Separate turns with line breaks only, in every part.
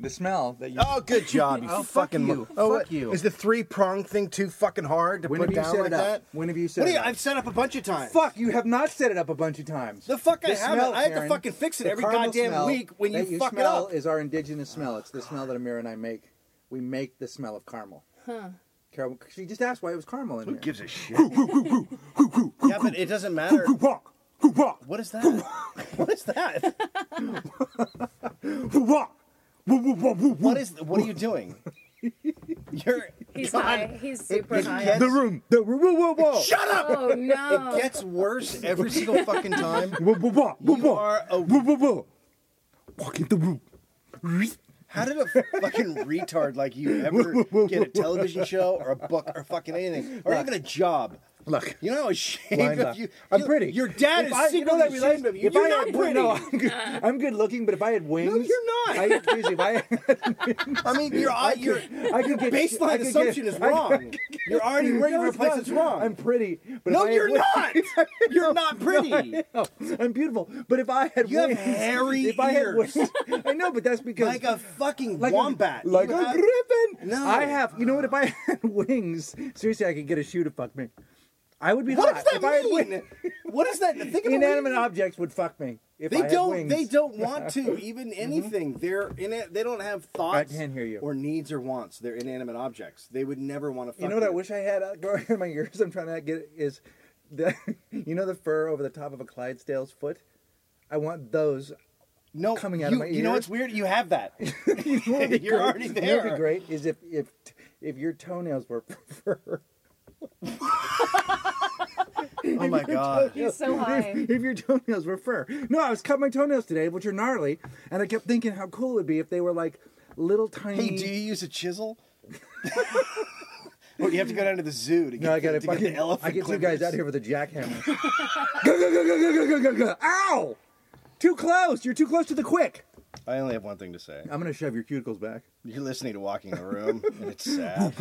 The smell that you.
Oh, good job, you
Oh, fuck
fucking.
you.
Oh,
Fuck
what-
you.
Is the three prong thing too fucking hard to
When
put
have you
down
set
like
it up?
that?
When have you set
What do
it
you?
up?
I've set up a bunch of times.
Fuck, you have not set it up a bunch of times.
The fuck I
The
haven't.
smell,
I have to
Karen.
fucking fix it
The
every
caramel
goddamn
smell
week when you
that
fuck it
smell
up.
Is our indigenous smell? It's the smell that Amira and I make. We make the smell of caramel.
Huh.
Caramel. She just asked why it was caramel in
Who
here.
gives a shit?
Yeah, but it doesn't matter.
walk, who walk,
What is that? what is that?
who walk, woo, woo, woo, woo,
What is? What are you doing? You're.
He's
God,
high. He's super
it
high.
gets-
The room, the room, woo, woo, woo.
Shut up!
Oh no!
It gets worse every single fucking time.
Woo, woo, woo, woo,
You
woo.
are a-
Woo, woo, woo. Walk in the room. Reek.
How did a fucking retard like you ever get a television show or a book or fucking anything or even a job?
Look.
You know how ashamed
Blind
of
luck.
you.
I'm
you-
pretty.
Your dad
If
is
I-
secretly
you know that
ashamed
relationship.
of you.
If
You're
I
not
had,
pretty.
No, I'm good, I'm good looking, but if I had wings,
you're not.
I, excuse me, if I,
I mean, your I, your
I could get I
baseline
could
assumption
get, I
is
could-
wrong. You're already ready
No,
for a
it's
place
not.
that's wrong.
I'm pretty, but
no,
if I had
you're
wings-
not. You're not pretty.
No, I'm beautiful, but if I had
You have
wings,
hairy
if I had
ears.
wings, I know, but that's because
Like a fucking
like a-
wombat.
like
You
a
have-
griffin.
No.
I have. You know what? If I had wings, seriously, I could get a shoe to fuck me. I would be
What
hot.
does that
if I had wings,
mean? What is that? Think about what you-
inanimate objects would fuck me. If I
They
had
don't.
Wings. Mm-hmm.
They don't want to even anything. They're in it. They don't have thoughts.
I can't hear you.
Or needs or wants. They're inanimate objects. They would never want to. Fuck
You know what I wish I had out growing in my ears? I'm trying to get is the you know the fur over the top of a Clydesdale's foot. I want those.
No,
coming out of
you,
my
You know
ear?
what's weird? You have that.
You know what'd be great?
You're already
You know what'd
there.
be great is if if if your toenails were fur.
oh my god.
He's so high.
If, if your toenails were fur. No, I was cutting my toenails today, which are gnarly, and I kept thinking how cool it would be if they were like little tiny.
Hey, do you use a chisel? well, you have to go down to the zoo to get,
No, I got
to
to
get
fucking.
the elephant.
I get two
clippers.
guys out here with a jackhammer. Go, go, go, go, go, go, go, go, go. Ow! Too close. You're too close to the quick.
I only have one thing to say.
I'm gonna shove your cuticles back.
You're listening to Walking the Room, and it's sad.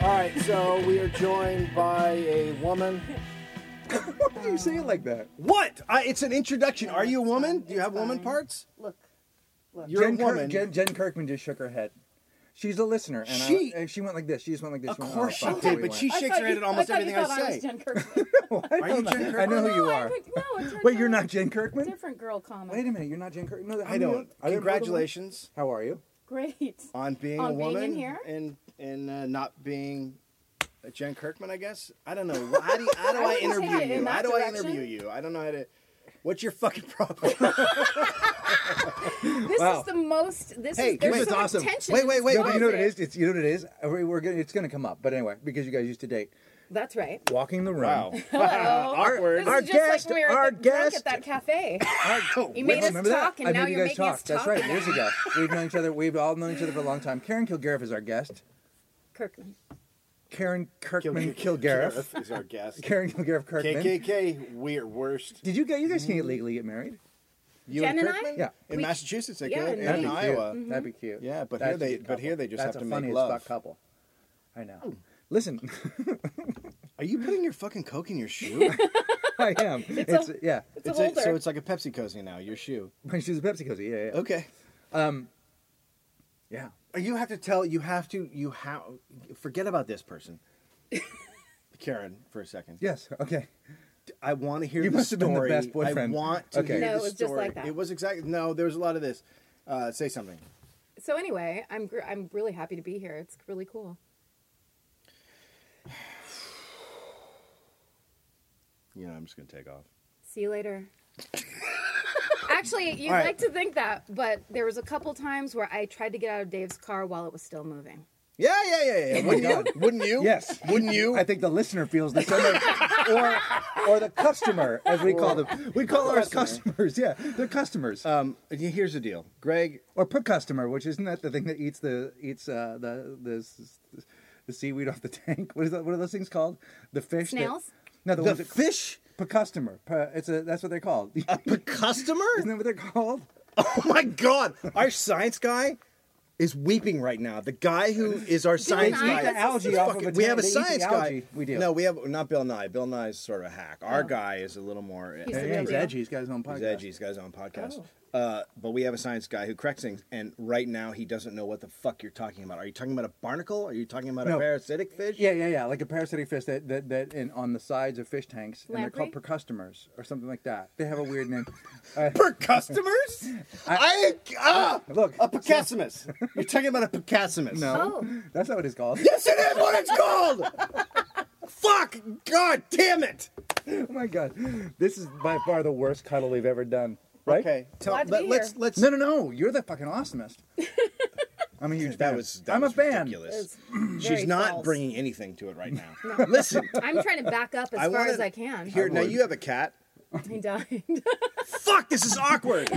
All right, so we are joined by a woman.
Why do you say it like that?
What? I, it's an introduction. Are you a woman? Do you have woman
fine.
parts?
Look, look.
You're
Jen,
a
Kirk-
woman.
Jen, Jen Kirkman just shook her head. She's a listener, and
She-
she I, she went like this. She just went like this.
Of
went,
course
oh,
she
fuck,
did,
we
but
went.
she shakes her head at almost
I thought
everything
you
I
thought I
say.
was Jen Kirkman.
Are you Jen
I
Kirkman?
know who you
No, I
are.
picked- no, it turned
Wait, you're
out
not Jen
a
Kirkman.
different girl comic.
Wait a minute, you're not Jen Kirkman. No, how
I
do you-
don't.
I didn't know the one.
Congratulations
How are you?
Great.
on being a
On being in
woman
here?
and and uh, not being a Jen Kirkman, I guess. I don't know. How do, you- how do
I
I,
wouldn't say
interview
I- in
you?
that
How do I
direction.
interview you? I don't know how to. What's your fucking problem?
This
Wow.
is the most. This
Hey,
is there's
wait,
so
it's
much
awesome.
tension
Wait,
in
wait,
this
wait,
No, but you know what it
conversation.
is. It's you know what it is. Uh, We're, we're gonna, it's gonna come up, but anyway, because you guys used to date.
That's right.
Walking the room.
Hello.
Awkward.
This
Our
is just
guest-
like when we were
our
at the drunk
guest-
at that cafe. You
Wait,
made us
remember
talk,
that?
and
I
now
made you
you're
guys
making
talk.
us
That's
talk.
right.
about
Years ago, we've known each other. We've all known each other for a long time. Karen Kilgariff is our guest.
Kirkman.
Karen Kirkman Kilgariff.
Kilgariff is our guest.
Karen Kilgariff Kirkman.
KKK, we're worst.
Did you get you guys can legally get married?
You
Jen and I?
Yeah.
In
We-
Massachusetts, they
Yeah, Mm.
could, and
and then-
in
cute.
Iowa.
That'd be cute.
Yeah, but
That's
here
a
they-
cute
but here
couple.
they just
That's
have
a
to make
funny as
love.
fuck couple. I know. Listen,
Are you putting your fucking coke in your shoe?
I am. It's, yeah.
It's a
It's a-
holder.
so it's like a Pepsi cozy now. Your shoe.
My shoes a Pepsi cozy. Yeah, yeah. yeah.
Okay.
Yeah.
You have to tell. You have to. You have. Forget about this person. Karen, for a second.
Yes. Okay.
I want to hear
You
the
must have been the
story.
best boyfriend.
I want to
Okay.
hear
No,
the
it was just
story.
like that.
It was exactly. No, there was a lot of this. Uh, say something.
So anyway, I'm gr- I'm really happy to be here. It's really cool.
You know, I'm just gonna take off.
See you later. Actually, you'd
All right.
like to think that, but there was a couple times where I tried to get out of Dave's car while it was still moving.
Yeah, yeah, yeah, yeah.
Wouldn't
Why not?
you? Wouldn't you?
Yes.
Wouldn't you?
I think the listener feels the same, way. or or the customer, as we call them. We call ours customers. Yeah, they're customers,
um, here's the deal, Greg.
or per customer, which isn't that the thing that eats the eats uh, the the s- the seaweed off the tank. What is that? What are those things called? The fish. that-
Snails?
no, the,
The
ones that,
fish
per customer. Per, it's a that's what they're called. Isn't
per customer?
that what they're called?
Oh my god! Our science guy is weeping right now. The guy who is our science
Nye
guy.
does this
Algae
is
off of
Fucking-
a
we have a
tank. They eat the
science guy.
algae. We do.
No, we have not Bill Nye. Bill Nye's sort of a hack. Our guy is a little more.
Oh. He's
Yeah,
the
yeah, he's
real deal.
edgy. He's got his own podcast. Oh.
He's edgy. This guy's on podcast. Uh, but we have a science guy who corrects things, and right now he doesn't know what the fuck you're talking about. Are you talking about a barnacle? Are you talking about a
No.
parasitic fish?
Yeah, yeah, yeah. Like a parasitic fish that that, that in, on the sides of fish tanks, and they're called
Lamprey?
percustomers or something like that. They have a weird name. Uh,
Per customers? I, ah,
Look,
a picasimus. You're talking about a picasimus.
no,
Oh.
that's not what it's called.
Yes, it is what it's called. fuck. God damn it.
Oh my god, this is by far the worst cuddle we've ever done. Right?
Okay. Tell,
Glad to
let,
be
let's
here.
let's.
No, no, no. You're the fucking awesomest. I'm a huge fan.
That was that
I'm
was
a fan.
ridiculous.
It's
She's
very
not
false.
bringing anything to it right now. Listen,
I'm trying to back up as
I
far
wanted-
as I can.
here now you have a cat.
He died.
Fuck, this is awkward.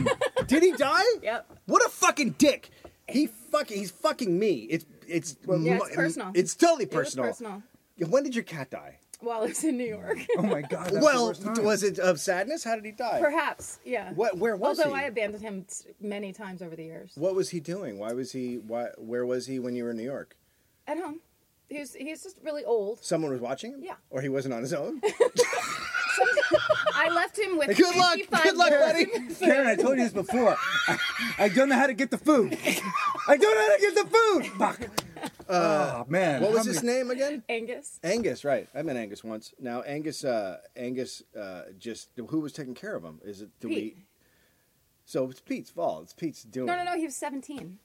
Did he die?
Yep.
What a fucking dick. He fucking he's fucking me. It's it's
Yeah, it's personal.
It's totally
It was
personal. Mm.
personal.
When did your cat die?
While I was in New York.
Oh my god. That's the
well,
worst time.
was it of sadness? How did he die?
Perhaps, yeah.
What- where was
Although
he?
I abandoned him s- many times over the years.
What was he doing? Why was he why where was he when you were in New York?
At home. He was, he was just really old.
Someone was watching him?
Yeah.
Or he wasn't on his own?
I left him with
Good luck.
55
Good luck,
dollars
buddy.
in food.
Karen, I told you this before. I, I don't know how to get the food. I don't know how to get the food. Fuck. oh man.
Uh, what
How
was his
many-
name again?
Angus.
Angus, right. I met Angus once. Now Angus uh Angus uh just who was taking care of him? Is it do
Pete.
we So it's Pete's fault. It's Pete's doing.
No, no, no. He was 17.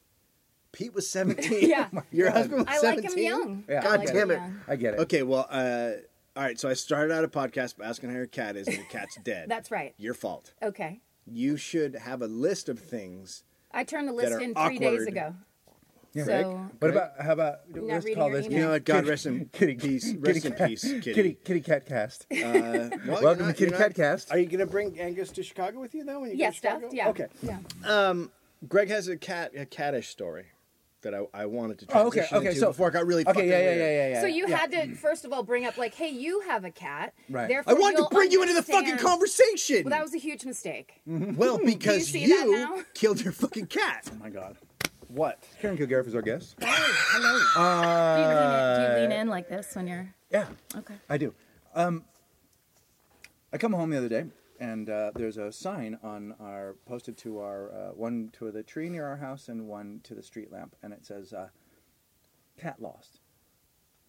Pete was 17.
Yeah.
Your husband was
I
17.
like him young.
Yeah.
I
God
like
damn
him
it.
young.
I get it.
Okay, well, uh, all right. So I started out a podcast by asking how your cat is, and your cat's dead.
That's right.
Your fault.
Okay.
You should have a list of things.
I turned the list
are
in three days
awkward.
ago.
Yeah.
So
What about how about let's
reading
call
your
this
email.
You know what? God rest in
Kitty-
peace.
kitty
Rest in
cat.
peace, Kitty.
kitty kitty cat cast.
Uh, well, you're
Welcome to
not-
Kitty
you're
Cat
not-
Cast.
Are you going to bring Angus to Chicago with you, though? When you go
yes,
to
Steph.
Chicago?
Yeah.
Okay.
Yeah.
Greg has a cat, a cattish story that I, I wanted to
Oh, okay,
transition
okay,
into
so-
before it got really
Okay,
fucking
yeah, yeah,
weird.
yeah, yeah, yeah.
So you
yeah.
had to first of all bring up like, hey, you have a cat.
Right.
I
Therefore,
wanted to
you'll
bring you into the fucking
understand-
conversation. Mm.
Well, that was a huge mistake.
Well, because
Hmm, see
you,
that now?
killed your fucking cat.
Oh my god.
What?
Karen Kilgariff is our guest.
Do you, lean in, do you lean in like this when you're
Yeah,
okay?
I do. Um, I come home the other day, and uh, there's a sign on our posted to our uh, one to the tree near our house and one to the street lamp, and it says uh, "Cat lost,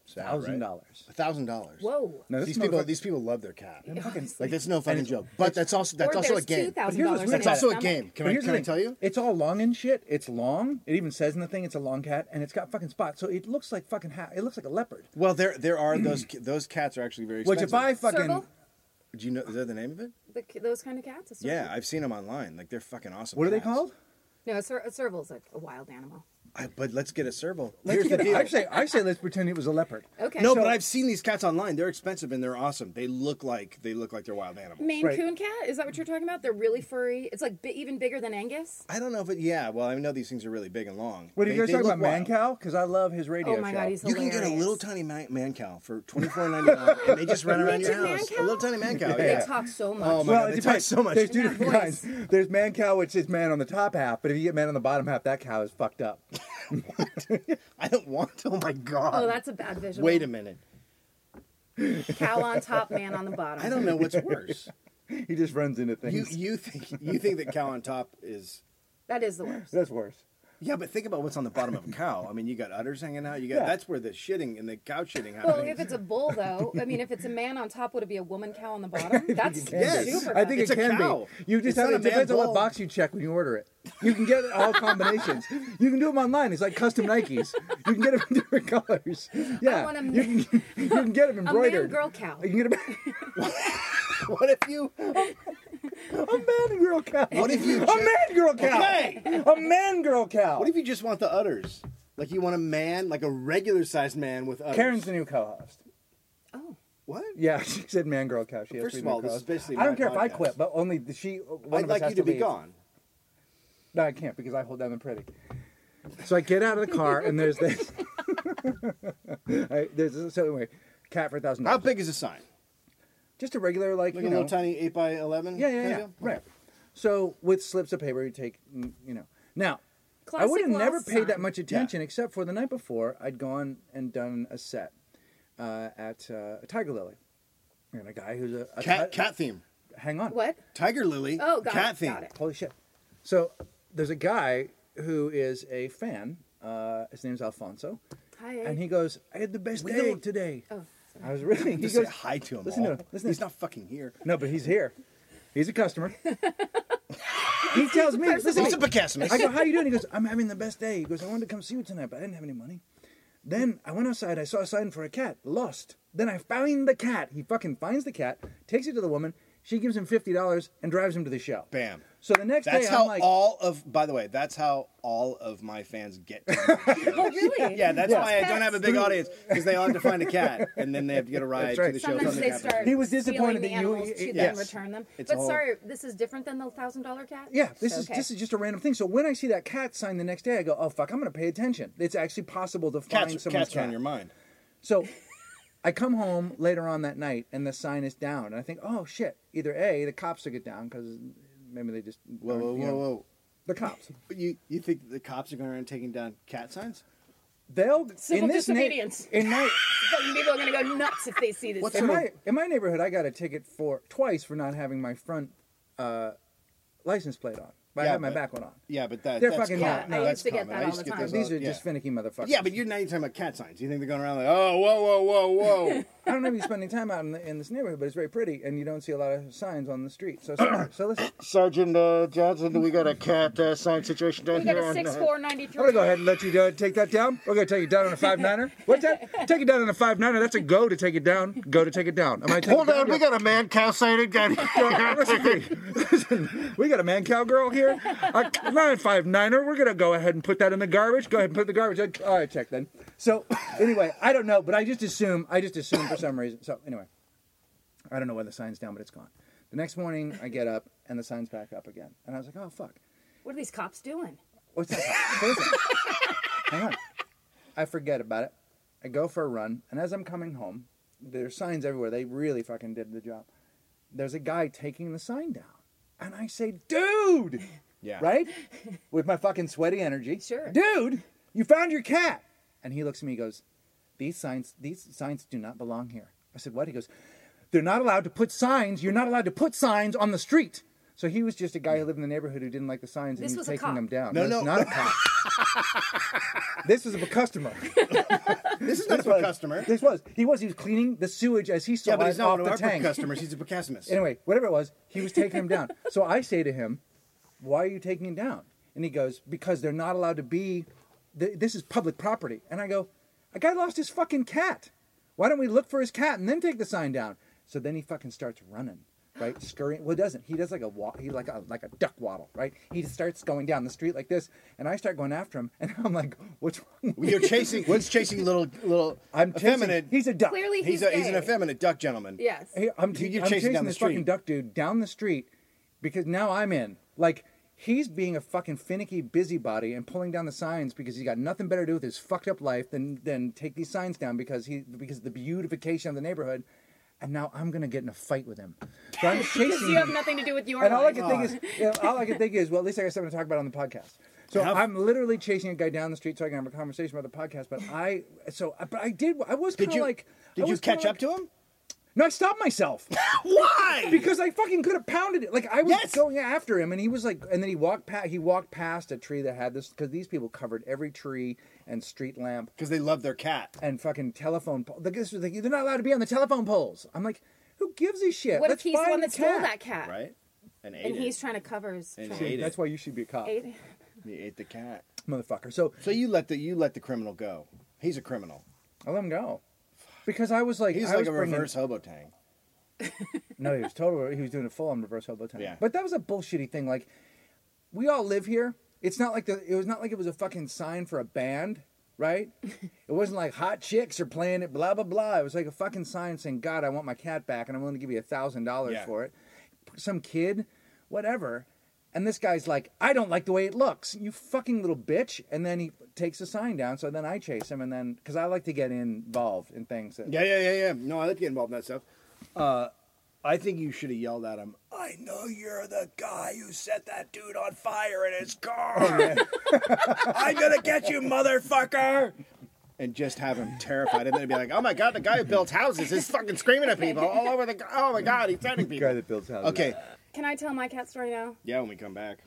thousand dollars."
A thousand dollars.
Whoa.
No, this
These people,
motherfucker-
these people love their cat.
Fucking-
Like that's no fucking
it's-
joke. But that's also that's
or
also a
there's
game.
But here's what's
$2,000
weird
That's
in
about
his
it.
also a
stomach.
game. Can
But
I
here's the
can I
thing,
tell you?
It's all long and shit. It's long. It even says in the thing it's a long cat, and it's got fucking spots. So it looks like fucking ha- it looks like a leopard.
Well, there there are those those cats are actually very
Which
expensive.
if I fucking
Serval?
do you know is that the name of it?
The, those kind of cats? a serval?
Yeah, I've seen them online. Like they're fucking awesome.
what are they
cats.
called?
No, a, ser- a serval's a, a wild animal.
I, but let's get a serval.
Let's
Here's
get
the
it-
deal.
I say I say let's pretend it was a leopard.
Okay.
no,
So-
but I've seen these cats online. They're expensive and they're awesome. They look like they look like they're wild animals.
Maine
Right.
Coon cat? Is that what you're talking about? They're really furry. It's like bi- even bigger than Angus.
I don't know if it. Yeah, well, I know these things are really big and long.
What are
They-
you guys
they
talking
look
about, man
wild.
cow? Because I love his radio
Oh my
show.
God, he's
You can get a
Hilarious.
little tiny man, man cow for twenty four ninety nine, and they just run around your
Midget man
house. A
cow?
little tiny man cow.
They
yeah.
talk so much.
Oh my
well,
God,
it
they talk
depends.
so much.
There's two
In that
different
voice.
kinds. There's man cow, which is man on the top half, but if you get man on the bottom half, that cow is fucked up.
I don't want. To, oh my god.
Oh, that's a bad visual.
Wait a minute.
Cow on top, man on the bottom.
I don't know what's worse.
he just runs into
you
things.
you think you think that cow on top is.
That is the worst.
That's worse.
Yeah, but think about what's on the bottom of a cow. I mean, you got udders hanging out. You got
Yeah.
that's where the shitting and the cow shitting happens.
Well, if it's a bull, though, I mean, if it's a man on top, would it be a woman cow on the bottom? That's
Yes.
super.
I think
It's
it
a
can
cow.
be. You just
It's
have
not a
it depends on
man
what
bull.
box you check when you order it. You can get all combinations. you can do them online. It's like custom Nikes. You can get them in different colors. Yeah,
want a
you, can, you can get them
a man
embroidered.
girl cow.
You can get
what if you?
a, a man girl cow.
What if you
A
check-
man girl cow.
Okay.
A man girl cow.
What if you just want the udders? Like you want a man, like a regular sized man with others.
Karen's the new co-host.
Oh,
what?
Yeah, she said man, girl, cow. She has
First
three
of
new
all, this
co-hosts.
is basically
I don't
my
care if I
podcast.
quit, but only the- she. One
I'd
of us
like
has
you to be
leave.
gone.
No, I can't because I hold down the pretty. So I get out of the car and there's this. I, there's this so anyway, cat for a thousand
How
dollars.
big is the sign?
Just a regular like,
Like
you
a
know.
little tiny eight by eleven.
yeah, yeah, yeah. Right. So with slips of paper, you take mm, you know. Now, I would have
Classic
never
Lost
paid that
sign.
much attention except for the night before I'd gone and done a set uh, at uh, Tiger Lily, and a guy who's a, a
Cat
ti-
cat theme.
Hang on.
what?
Tiger Lily.
Oh, got
cat
it.
theme.
Got it.
Holy shit. So there's a guy who is a fan. Uh, his name's Alfonso.
Hi.
And he goes, I had the best day
don't-
today.
oh,
I was really. He
Just
goes,
say hi to him.
Listen to
all.
him. Listen to
He's
him.
not fucking here.
No, but he's here. He's a customer. he tells me, listen, to
He's a
me. I
Picassus.
go, how you doing? He goes, I'm having the best day. He goes, I wanted to come see you tonight, but I didn't have any money. Then I went outside. I saw a sign for a cat. Lost. Then I found the cat. He fucking finds the cat, takes it to the woman. She gives him fifty dollars and drives him to the show.
Bam.
So the next
That's
day,
how
I'm like,
all of. By the way, that's how all of my fans get. to me.
Oh, really?
yeah, that's
Yes.
why I don't have a big audience because they all have to find a cat and then they have to get a ride
That's right.
to the show.
Sometimes
something
they
happens.
start.
He was
stealing
disappointed
the
that you-
animals to them,
yes.
return them.
It's
but
all-
sorry, this is different than the thousand dollar cat.
Yeah, this is
Okay.
this is just a random thing. So when I see that cat sign the next day, I go, "Oh fuck, I'm gonna pay attention." It's actually possible to find
Cats,
someone's
cats are
cat.
on your mind.
So I come home later on that night, and the sign is down, and I think, "Oh shit!" Either a the cops took it down because maybe they just
Whoa, whoa,
you
whoa,
know,
whoa.
the cops.
You you think the cops are going around taking down cat signs?
They'll
Civil
in this na-
disobedience.
in my
Fucking people are gonna go nuts if they see this.
What's
thing.
in
Sort
my in my neighborhood, I got a ticket for twice for not having my front uh, license plate on, but I
Yeah,
had my
but-
back one on.
Yeah, but that,
They're
that's
fucking-
common.
yeah, I used
no, that's
to get
common.
that
I
all
used
the
to get
time.
those
These
all-
are just
yeah.
finicky motherfuckers.
Yeah, but you're not even talking about cat signs. You think they're going around like, oh, whoa, whoa, whoa, whoa.
I don't know if you're spending time out in, the, in this neighborhood, but it's very pretty, and you don't see a lot of signs on the street. So, so, so listen.
Sergeant uh, Johnson, we got a cat uh, sign situation down
We got a six four ninety
I'm gonna
three.
go ahead and let you uh, take that down. We're gonna take it down on a five niner. What's that? Take it down on a five niner. That's a go to take it down. Go to take it down. Am I taking it down?
got a man cow sighted guy.
Listen, listen, we got a man cow girl here. A nine five niner. We're gonna go ahead and put that in the garbage. Go ahead and put the garbage. All right, check then. So anyway, I don't know, but I just assume. I just assume for some reason. So anyway, I don't know why the sign's down, but it's gone. The next morning, I get up and the sign's back up again, and I was like, oh fuck.
What are these cops doing?
What's that? What is it? Hang on. I forget about it. I go for a run, and as I'm coming home, there's signs everywhere. They really fucking did the job. There's a guy taking the sign down, and I say, "Dude,"
Yeah.
right, with my fucking sweaty energy.
Sure.
Dude, you found your cat. And he looks at me, and goes, "These signs, these signs do not belong here." I said, "What?" He goes, "They're not allowed to put signs. You're not allowed to put signs on the street." So he was just a guy who lived in the neighborhood who didn't like the signs
This
and he was
was a
taking
cop.
them down.
No,
This is
no.
not a cop. this was a customer.
This is
was-
not a customer.
This was. He was. He was cleaning the sewage as he saw
Yeah, but
it off
he's not one
the
of our
tank.
customers. He's a Picassus.
Anyway, whatever it was, he was taking him down. So I say to him, "Why are you taking him down?" And he goes, "Because they're not allowed to be. Th- this is public property." And I go, "A guy lost his fucking cat. Why don't we look for his cat and then take the sign down?" So then he fucking starts running. Right, scurrying. Well, he doesn't he does like a wa- he like a like a duck waddle, right? He just starts going down the street like this, and I start going after him, and I'm like, "What's wrong?" with
You're chasing. What's chasing little little
I'm chasing-
effeminate?
He's a duck.
Clearly,
he's,
he's
a, he's an
gay.
effeminate duck gentleman.
Yes.
Hey, I'm, t-
You're
I'm
chasing
chasing
down the
this fucking
street.
duck dude down the street because now I'm in. Like, he's being a fucking finicky busybody and pulling down the signs because he's got nothing better to do with his fucked up life than than take these signs down because he because of the beautification of the neighborhood. And now I'm gonna get in a fight with him. So I'm
Because
chasing
you have
him.
nothing to do with your
And all I
life.
can think is, you know, all I can think is, well, at least I got something to talk about on the podcast. So
How-
I'm literally chasing a guy down the street so I can have a conversation about the podcast. But I, so, but I did, I was
Did
kind of
you
like, I
did you
was kinda
catch
like-
up to him?
No, I stopped myself.
Why?
Because I fucking could have pounded it. Like I was
Yes.
going after him, and he was like, and then he walked past. He walked past a tree that had this because these people covered every tree and street lamp
Because they love their cat.
and fucking telephone pole. Like, this was like, they're not allowed to be on the telephone poles. I'm like, who gives a shit?
what if
Let's
he's the
find
one that stole
cat.
that cat?
Right? And ate
And
it.
he's trying to cover his.
And
tracks.
he ate it.
That's why you should be a cop,
Ate it.
He ate the cat.
motherfucker. So
So you let the you let the criminal go. He's a criminal.
I let him go because I was like,
He's
I
like
was
a
bringing-
reverse hobotang.
No, he was totally. He was doing a full on reverse hobo time.
Yeah.
But that was a bullshitty thing. Like, we all live here. It's not like the. It was not like it was a fucking sign for a band. right? it wasn't like hot chicks are playing it, blah blah blah. It was like a fucking sign saying, "God, I want my cat back, and I'm willing to give you a thousand dollars
Yeah.
for it." Some kid, whatever. And this guy's like, "I don't like the way it looks, you fucking little bitch." And then he takes the sign down. So then I chase him, and then because I like to get involved in things. That,
Yeah, yeah, yeah, yeah. No, I like to get involved in that stuff. Uh, I think you should have yelled at him. I know you're the guy who set that dude on fire in his car. I'm gonna get you, motherfucker. And just have him terrified, and then be like, "Oh my god, the guy who builds houses is fucking screaming at people all over the. Oh my god, he's turning people."
that builds houses.
Okay,
Can I tell my cat story now?
yeah, when we come back.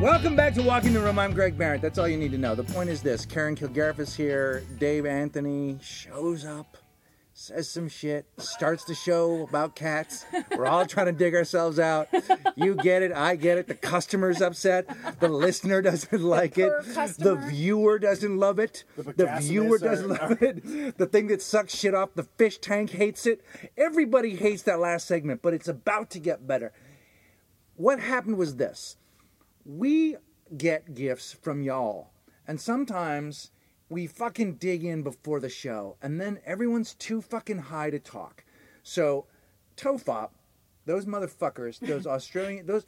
Welcome back to Walking the Room. I'm Greg Barrett. That's all you need to know. The point is this Karen Kilgariff is here. Dave Anthony shows up, says some shit, starts the show about cats. We're all trying to dig ourselves out. You get it. I get it. The customer's upset. The listener doesn't like it.
poor
The
customer.
viewer doesn't love it. The, viewer
Picassimus
doesn't
are-
love it. The thing that sucks shit off the fish tank hates it. Everybody hates that last segment, but it's about to get better. What happened was this we get gifts from y'all, and sometimes we fucking dig in before the show, and then everyone's too fucking high to talk. So, Tofop, those motherfuckers, those Australian, those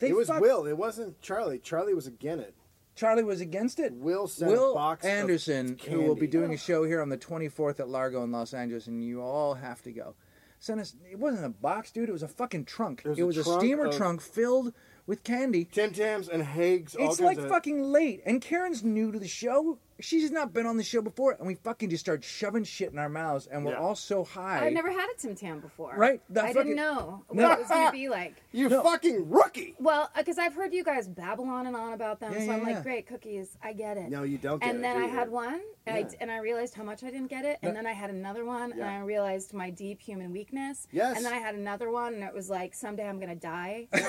they
It was
fuck-
Will. It wasn't Charlie. Charlie was again it.
Charlie was against it.
Will sent a
Will
box of
Anderson, who will be
candy.
doing a show here on the 24th at Largo in Los Angeles, and you all have to go. Sent us. It wasn't a box, dude. It was a fucking trunk.
It was
it
a
was a,
trunk
steamer
of-
trunk filled with candy.
Tim Tams and Hags. all
It's
kinds
like
of-
fucking late, and Karen's new to the show. She's not been on the show before, and we fucking just start shoving shit in our mouths, and we're
Yeah.
all so high.
I've never had a Tim Tam before.
Right, the
I
fucking-
didn't know what
No.
it was going to be like.
You fucking rookie.
Well, because I've heard you guys babble on and on about them,
Yeah,
so
yeah,
I'm
yeah.
like, great cookies, I get it.
No, you don't get
and
it,
then
do
I
you?
had one, and, I, and I realized how much I didn't get it, and then I had another one, and
Yeah.
I realized my deep human weakness.
Yes.
And then I had another one, and it was like, someday I'm gonna die. and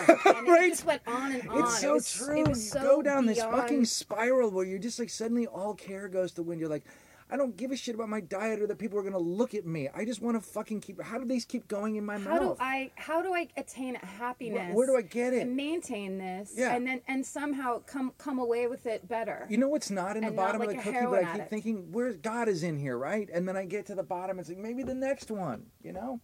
Right.
It just went on and on.
It's
it
so
was,
true.
It was
you
so
go down this
beyond-
fucking spiral where you're just like suddenly all care goes to the wind. You're like, I don't give a shit about my diet or that people are gonna look at me. I just want to fucking keep. How do these keep going in my
How do
mouth?
I? How do I attain happiness?
where do I get it?
And maintain this,
Yeah.
and then and somehow come come away with it better.
You know what's not in the
And not
bottom
like
of
a
the cookie, but
heroin
I keep
addict.
thinking, where God is in here, right? And then I get to the bottom and it's like, maybe the next one. You know,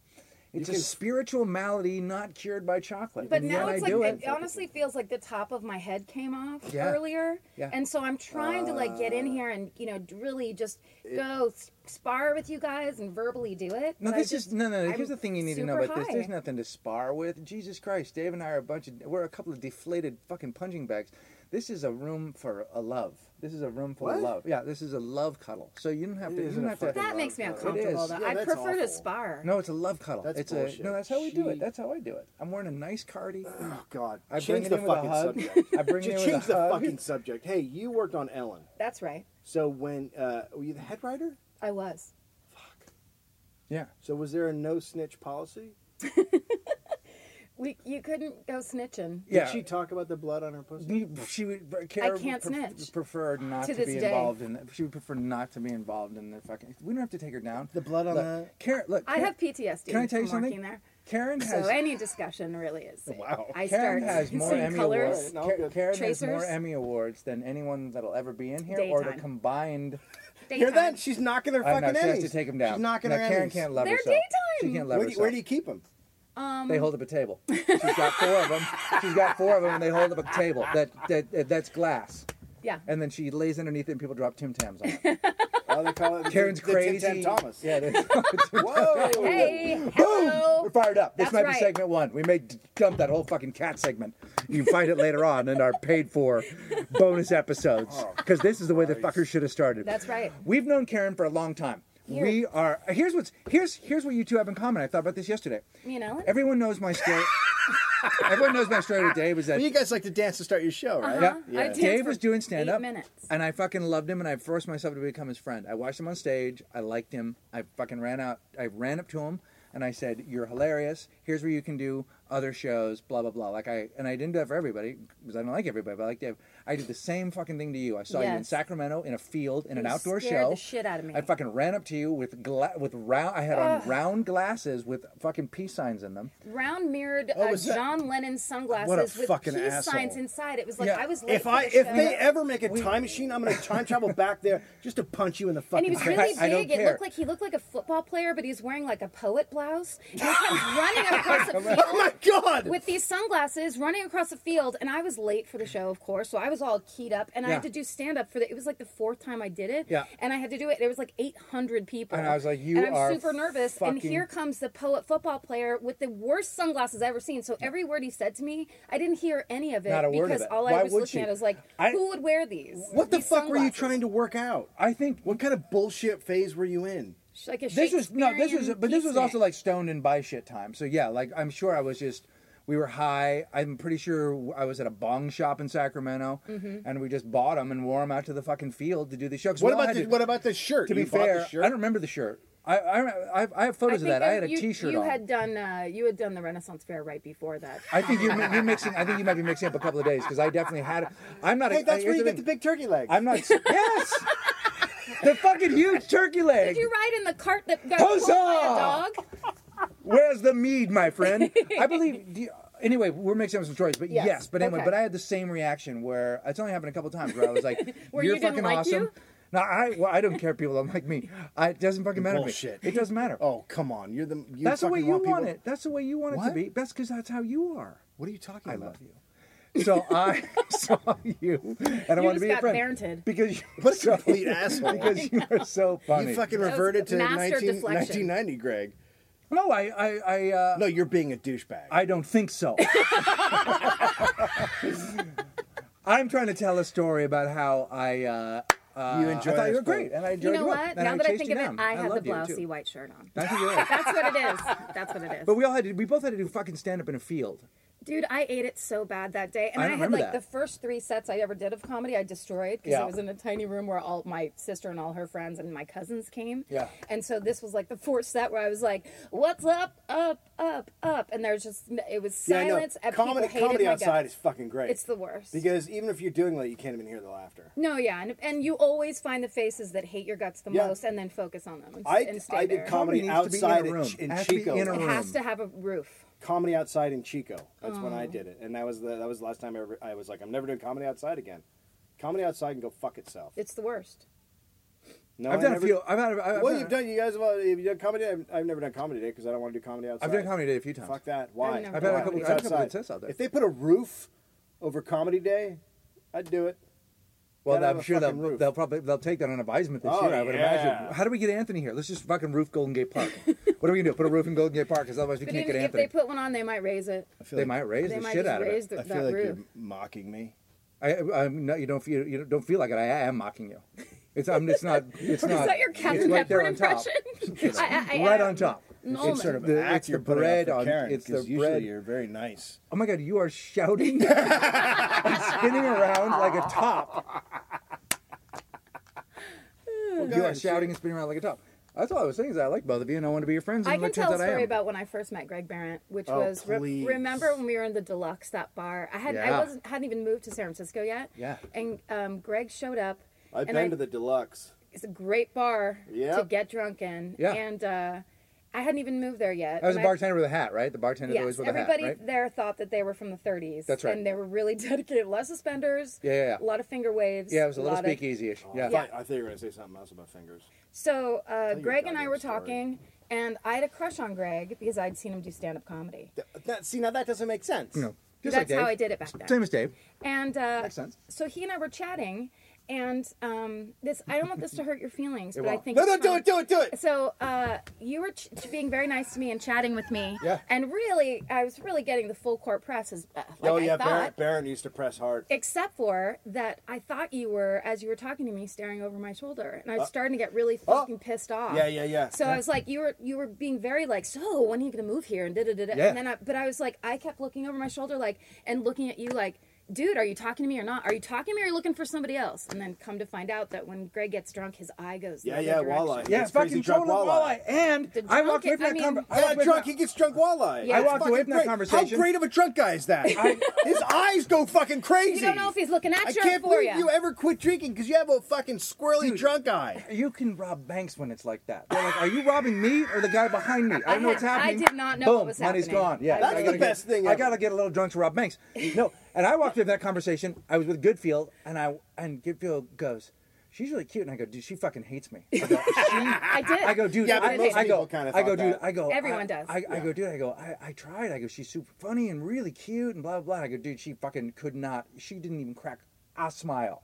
it's a spiritual malady not cured by chocolate.
But
and
now
yet I
it's like
do
it, honestly feels like the top of my head came off
Yeah.
earlier,
Yeah. Uh.
and so I'm trying to like get in here and you know d- really just go s- spar with you guys and verbally do it.
No,
but I
this is no, no. no, Here's
I'm
the thing you need to know
super
about this. There's
high.
nothing to spar with. Jesus Christ, Dave and I are a bunch of we're a couple of deflated fucking punching bags. This is a room for a love. This is a room for
What?
love. Yeah, this is a love cuddle. So you don't have
It
to. You
isn't
don't
a
have to.
fucking
that makes me
Love
uncomfortable.
is.
Though
Yeah,
I
that's
prefer to
awful.
spar.
No, it's a love cuddle.
That's
it's a
bullshit.
no. That's how we do it.
She-
That's how I do it. I'm wearing a nice cardi.
Oh God.
I bring
change
it
the
in with a
fucking
hug.
subject.
I bring it in
Just
with
change
a
the
hug.
fucking subject. Hey, you worked on Ellen.
That's right.
So when uh, were you the head writer?
I was.
yeah.
So was there a no snitch policy?
We you couldn't go snitching.
Yeah.
Did she talk about the blood on her pussy?
You- She would. Kara
can't
would pref-
snitch.
Prefer not to,
To
be
this day.
involved in. That. She would prefer not to be involved in the fucking. We don't have to take her down.
The blood on
look,
the-
Karen, look.
I
Karen-
have PTSD.
Can I tell you
from working
something?
There.
Karen
So
has.
any discussion really is.
Wow.
I
Karen
start
has more
seeing
Emmy
colors.
awards.
No,
Ka-
good.
Karen has more
Tracers.
Emmy awards than anyone that'll ever be in here, or the
Daytime.
combined.
Hear
Daytime.
that? She's knocking her
I
fucking
know she has
Emmys.
to take them down.
She's knocking
no,
her
Karen
Emmys.
can't love
They're
herself. She
daytime.
can't love
Where do, you,
herself.
where do you keep them?
They hold up a table. She's got four of them. She's got four of them, and they hold up a table that that that's glass.
Yeah.
And then she lays underneath it, and people drop Tim Tams on it.
Oh, they call it the-
Karen's
the Tim
crazy.
Tam Thomas.
Yeah, they-
Whoa.
Hey, hello.
we're fired up. This
That's
might be
right.
segment one. We may d- dump that whole fucking cat segment. You find it later on in our paid for bonus episodes because this is the way the fuckers should have started.
Oh, That's right.
We've known Karen for a long time. We
Years.
are here's what's here's here's what you two have in common. I thought about this yesterday.
Me and Ellen?
Everyone knows my story. Everyone knows my story today was that
You guys like to dance to start your show, right?
yeah.
Uh-huh. I danced
Dave
for
was doing stand up
eight minutes.
and I fucking loved him and I forced myself to become his friend. I watched him on stage, I liked him, I fucking ran out I ran up to him and I said, You're hilarious. Here's where you can do other shows, blah blah blah. Like I and I didn't do that for everybody because I don't like everybody, but I like Dave. I did the same fucking thing to you. I saw you in
Yes.
Sacramento in a field in an
You
outdoor
scared
show.
The shit out of me.
I fucking ran up to you with gla- with round. I had on
Ugh.
round glasses with fucking peace signs in them.
Round mirrored
What
uh,
was that?
John Lennon sunglasses
What a
with
fucking
peace signs
asshole.
inside. It was like
Yeah.
I was late
If
for
I
the
if
show.
they ever make a time machine, I'm gonna time travel back there just to punch you in the
and
fucking
he was
face.
really big.
I don't
it
care.
looked like he looked like a football player, but he was wearing like a poet blouse. And he comes running across the field.
Oh my god!
with these sunglasses running across the field and i was late for the show of course so i was all keyed up and i
Yeah.
had to do stand up for the it was like the fourth time i did it
Yeah.
and i had to do it it was like 800 people
And I was like, you
and i'm
are
super nervous and
fucking-
here comes the poet football player with the worst sunglasses i've ever seen so every word he said to me i didn't hear any of it
Not a
because
word of it.
all
Why
i was
would
looking
you?
at was like
I-
who would wear these
What the
These
fuck were you
sunglasses?
trying to work out?
I think
What kind of bullshit phase were you in?
like a
this was no this was
Shakespearean
but this was
peace
also
man.
like stoned and by shit time so yeah like i'm sure i was just we were high i'm pretty sure i was at a bong shop in sacramento and we just bought them and wore them out to the fucking field to do the show 'Cause we
What
all
about
had
the, what about the shirt?
to be
You bought the
fair
shirt?
i don't remember the shirt i i, I, I have
I
photos of
think
that i had a
you,
shirt
you
on
had done uh, you had done the Renaissance Fair right before that.
I think you're, you're mixing. I think you might be mixing up a couple of days because I definitely had. I'm not.
Hey, that's
I,
where you get the big turkey leg.
I'm not. Yes, the fucking huge turkey leg.
Did you ride in the cart that got
Huzzah!
pulled by a dog?
Where's the mead, my friend? I believe. Do you- anyway, we're mixing up some stories, but yes.
Yes.
but anyway,
Okay.
but I had the same reaction where it's only happened a couple times where I was like,
Where
"You're
you didn't
fucking
like
awesome."
you?
No, I well, I don't care. if People don't like me. I, it doesn't fucking matter. to me.
Bullshit.
It doesn't matter.
Oh come on! You're the you
that's the way
fucking
you want,
people-
it. That's the way you want it to
What?
be. That's because that's how you are.
What are you talking
I
about?
love you. So I saw you, and I wanted to
You just
be
got
a friend
parented.
because you,
What a complete asshole!
because you are so funny.
you fucking
was
reverted to
master
19,
deflection.
1990, Greg.
no, I I I, uh,
No, you're being a douchebag.
I don't think so. I'm trying to tell a story about how I. Uh, uh,
You enjoy
I thought
this
you were
book.
great, and I
You
enjoyed
know
you,
what?
and
Now that I
chased
think
you
of it,
down.
I had the
loved you, too.
blousey white shirt on.
I think you were.
That's what it is. That's what it is.
But we all had to, we both had to do fucking stand up in a field.
Dude, I ate it so bad that day, and
I
I, had
remember
like
that.
the first three sets I ever did of comedy I destroyed because
Yeah.
it was in a tiny room where all my sister and all her friends and my cousins came.
Yeah.
And so this was like the fourth set where I was like, "What's up, up, up, up?" And there's just it was
Yeah, I know.
silence. and people
Comedy,
hated
comedy
my
outside
guts.
is fucking great.
It's the worst.
because even if you're doing that, you can't even hear the laughter.
No, yeah, and, and you always find the faces that hate your guts the
Yeah.
most, and then focus on them. And,
I,
and stay
I
there.
did comedy
Comedy needs to be in a
outside in,
room.
Ch- in
Has to be
Chico.
in a
It
room.
has to have a roof.
Comedy outside in Chico. That's when I did it, and that was the, that was the last time I, ever, I was like, I'm never doing comedy outside again. Comedy outside can go fuck itself.
It's the worst.
no,
I've
I
done
never,
a few. I've had. I've, I've
Well,
done-
you've done. You guys have. all- You've done comedy. I've, I've never done comedy day because I don't want to do comedy outside.
I've done comedy day a few times.
Fuck that. Why?
never
I've had a
Why?
couple-
It's
I've had a couple
outside.
good sets out there.
If they put a roof over comedy day, I'd do it.
Well,
Gotta have
I'm
a
sure
fucking
they'll,
roof.
they'll probably they'll take that on advisement this
Oh,
year. I would
yeah.
imagine. How do we get Anthony here? Let's just fucking roof Golden Gate Park. what are we gonna do? Put a roof in Golden Gate Park because otherwise we
But
can't
even
get
if
Anthony.
they put one on, they might raise it.
I feel
They
like-
might raise
They
the
might
shit
just
out of
raise
it.
the,
I
that
feel like
roof.
you're mocking me.
I, I'm not, you don't feel you don't feel like it. I am mocking you. It's I'm, it's not it's not.
Is that your
it's
Catherine
right there
Hepburn
on top.
impression? I, I, I,
right
I-
on top.
Norman.
It's sort of
The-
an act
it's the
you're putting
bread
on for
on-
Karen,
it's the
'cause usually
bread.
You're very nice.
Oh my god, you are shouting and spinning around like a top. you are shouting and spinning around like a top. That's all I was saying is I like both of you and I want to be your friends. And
I can
it turns
tell a
out I
story
am.
about when I first met Greg Barrett, which
Oh,
was re-
please.
remember when we were in the deluxe that bar. I hadn't
Yeah.
I wasn't hadn't even moved to San Francisco yet.
Yeah.
And um, Greg showed up.
I've
and
been
I-
to the deluxe.
it's a great bar
Yeah.
to get drunk in.
Yeah.
And uh, I hadn't even moved there yet.
I was a
And
bartender with a hat, right? The bartender
Yes,
always with
everybody
a hat, right?
there thought that they were from the 30s.
That's right.
And they were really dedicated. A lot of suspenders.
Yeah, yeah, yeah.
A lot of finger waves.
Yeah, it was a little
lot of-
speakeasy-ish. yeah.
I, thought, I thought you were going to say something else about fingers.
So uh,
your
Greg and I
goddamn
were
story.
talking, and I had a crush on Greg because I'd seen him do stand-up comedy.
That, see, now that doesn't make sense.
No, just
That's
like Dave.
how I did it back then.
Same as Dave.
And uh,
Makes sense.
So he and I were chatting, and um, this I don't want this to hurt your feelings, but I
won't.
think
No,
it's
no, do
fun.
it, do it, do it.
So uh, you were ch- ch- being very nice to me and chatting with me,
Yeah.
And really, I was really getting the full court press as uh, like
oh
I
yeah,
thought.
Baron, Baron used to press hard.
Except for that, I thought you were, as you were talking to me, staring over my shoulder, and I was starting to get really fucking pissed off.
Yeah, yeah, yeah.
So I was like, you were, you were being very like, so when are you gonna move here and da da da da.
Yeah.
And then, I, but I was like, I kept looking over my shoulder like, and looking at you like, dude, are you talking to me or not? Are you talking to me or looking for somebody else? And then come to find out that when Greg gets drunk, his eye goes. the
Yeah,
other
yeah,
direction.
walleye.
Yeah,
It's
fucking
crazy drunk
total walleye.
walleye.
And
The
I
drunk
walked away
it-
from
I
that
mean-
conversation.
Yeah, drunk. He gets drunk walleye.
Yeah. I
It's
walked away
fucking
from that
great.
conversation.
How great of a drunk guy is that? His eyes go fucking crazy.
You don't know if he's looking at
I
you
can't
or for
believe
you.
you ever quit drinking because you have a fucking squirrely drunk eye.
You can rob banks when it's like that. They're like, are you robbing me or the guy behind me? I don't know what's
had- I
happening.
did not know
Boom,
what was
money's
happening.
gone. Yeah,
I
I
That's
the
gotta
best
get,
thing
I
ever.
gotta get a little drunk to rob banks. No, and I walked into that conversation. I was with Goodfield, and I and Goodfield goes, "She's really cute," and I go, "Dude, she fucking hates me." I go,
I did.
I go, dude.
Yeah, but
I,
most
I go,
people kinda
I go,
thought
dude.
that.
I go.
Everyone
I-
does.
I, I go, dude. I go. I, I tried. I go. She's super funny and really cute and blah blah. blah. I go, dude. She fucking could not. She didn't even crack a smile.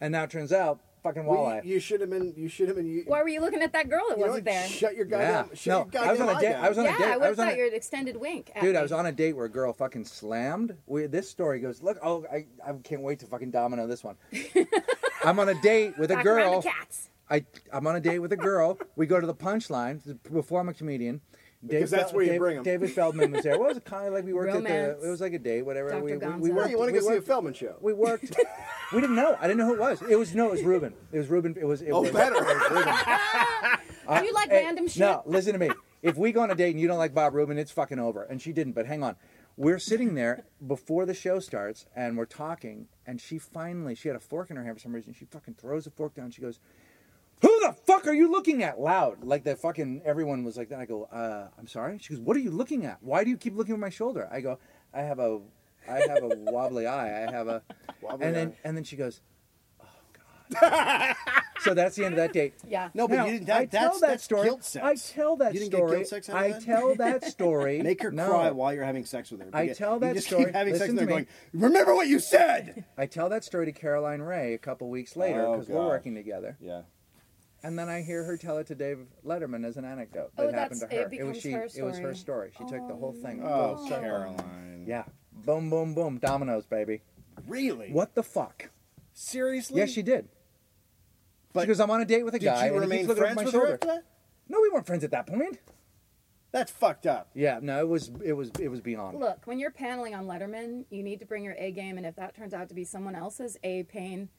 And now it turns out, fucking
Well,
walleye.
you, you should have been. You should have been. You,
Why were you looking at that girl that
you know
wasn't
what?
there?
Shut your
yeah.
goddamn. Shut
No,
your
I was
goddamn
on a
eye
date.
down.
I was on
yeah,
a date.
I
I
would
was
have
on
thought
a-
your extended wink. At
Dude,
me.
I was on a date where a girl fucking slammed. We, this story goes, look, oh, I, I can't wait to fucking domino this one. I'm on a date with a
Back around
girl.
the cats.
I, I'm on a date with a girl. We go to the punchline this is before I'm a comedian. Dave
Because that's where you
Dave-
bring 'em.
David Feldman was there. What was it kind of like? We worked at
Romance.
the. It was like a date, whatever.
Dr.
We, we, we
Gonzo.
Yeah,
worked.
you want
we
to go see a
worked-
Feldman show?
We worked. we didn't know. I didn't know who it was. It was no. It was Ruben. It was Ruben. It was. It
Oh,
was,
better.
It was Ruben.
Do you like
Hey,
random shit?
eh, No, listen to me. If we go on a date and you don't like Bob Rubin, it's fucking over. And she didn't, but hang on. We're sitting there before the show starts and we're talking, and she finally, she had a fork in her hand for some reason. She fucking throws the fork down. She goes, Who the fuck are you looking at? Loud. Like the fucking, everyone was like that. I go, uh, I'm sorry. She goes, What are you looking at? Why do you keep looking over my shoulder? I go, I have a, I have a wobbly eye. I have a,
Wobbly
and then,
eye.
and then she goes, Oh, God. so that's the end of that date.
Yeah.
No, Oh, but
Now,
you didn't. That,
I
that's,
tell that
that's
story.
guilt sex.
I tell that
You didn't get
story.
guilt sex out of
I
that?
tell that story.
Make her
No.
cry while you're having sex with her.
I
Because
tell
you
that
just
story-
Keep having sex
listen
with her,
to me.
going. Remember what you said.
I tell that story to Caroline Ray a couple weeks later
Oh,
because we're
God.
working together,
yeah.
and then I hear her tell it to Dave Letterman as an anecdote
Oh,
that happened to
that's-
her.
it
was
becomes
she.
her
It was her story.
story.
She took the whole thing.
Oh,
Boom.
Caroline.
Yeah. Boom, boom, boom. Dominoes, baby.
Really?
What the fuck?
Seriously?
Yes, she did.
But
she goes, I'm on a date with a
Did
guy.
you
and he
remain
keeps looking over
friends
my
with
shoulder.
her after that?
No, we weren't friends at that point.
That's fucked up.
Yeah. No, it was. It was. It was beyond.
Look, when you're paneling on Letterman, you need to bring your A game, and if that turns out to be someone else's A pain,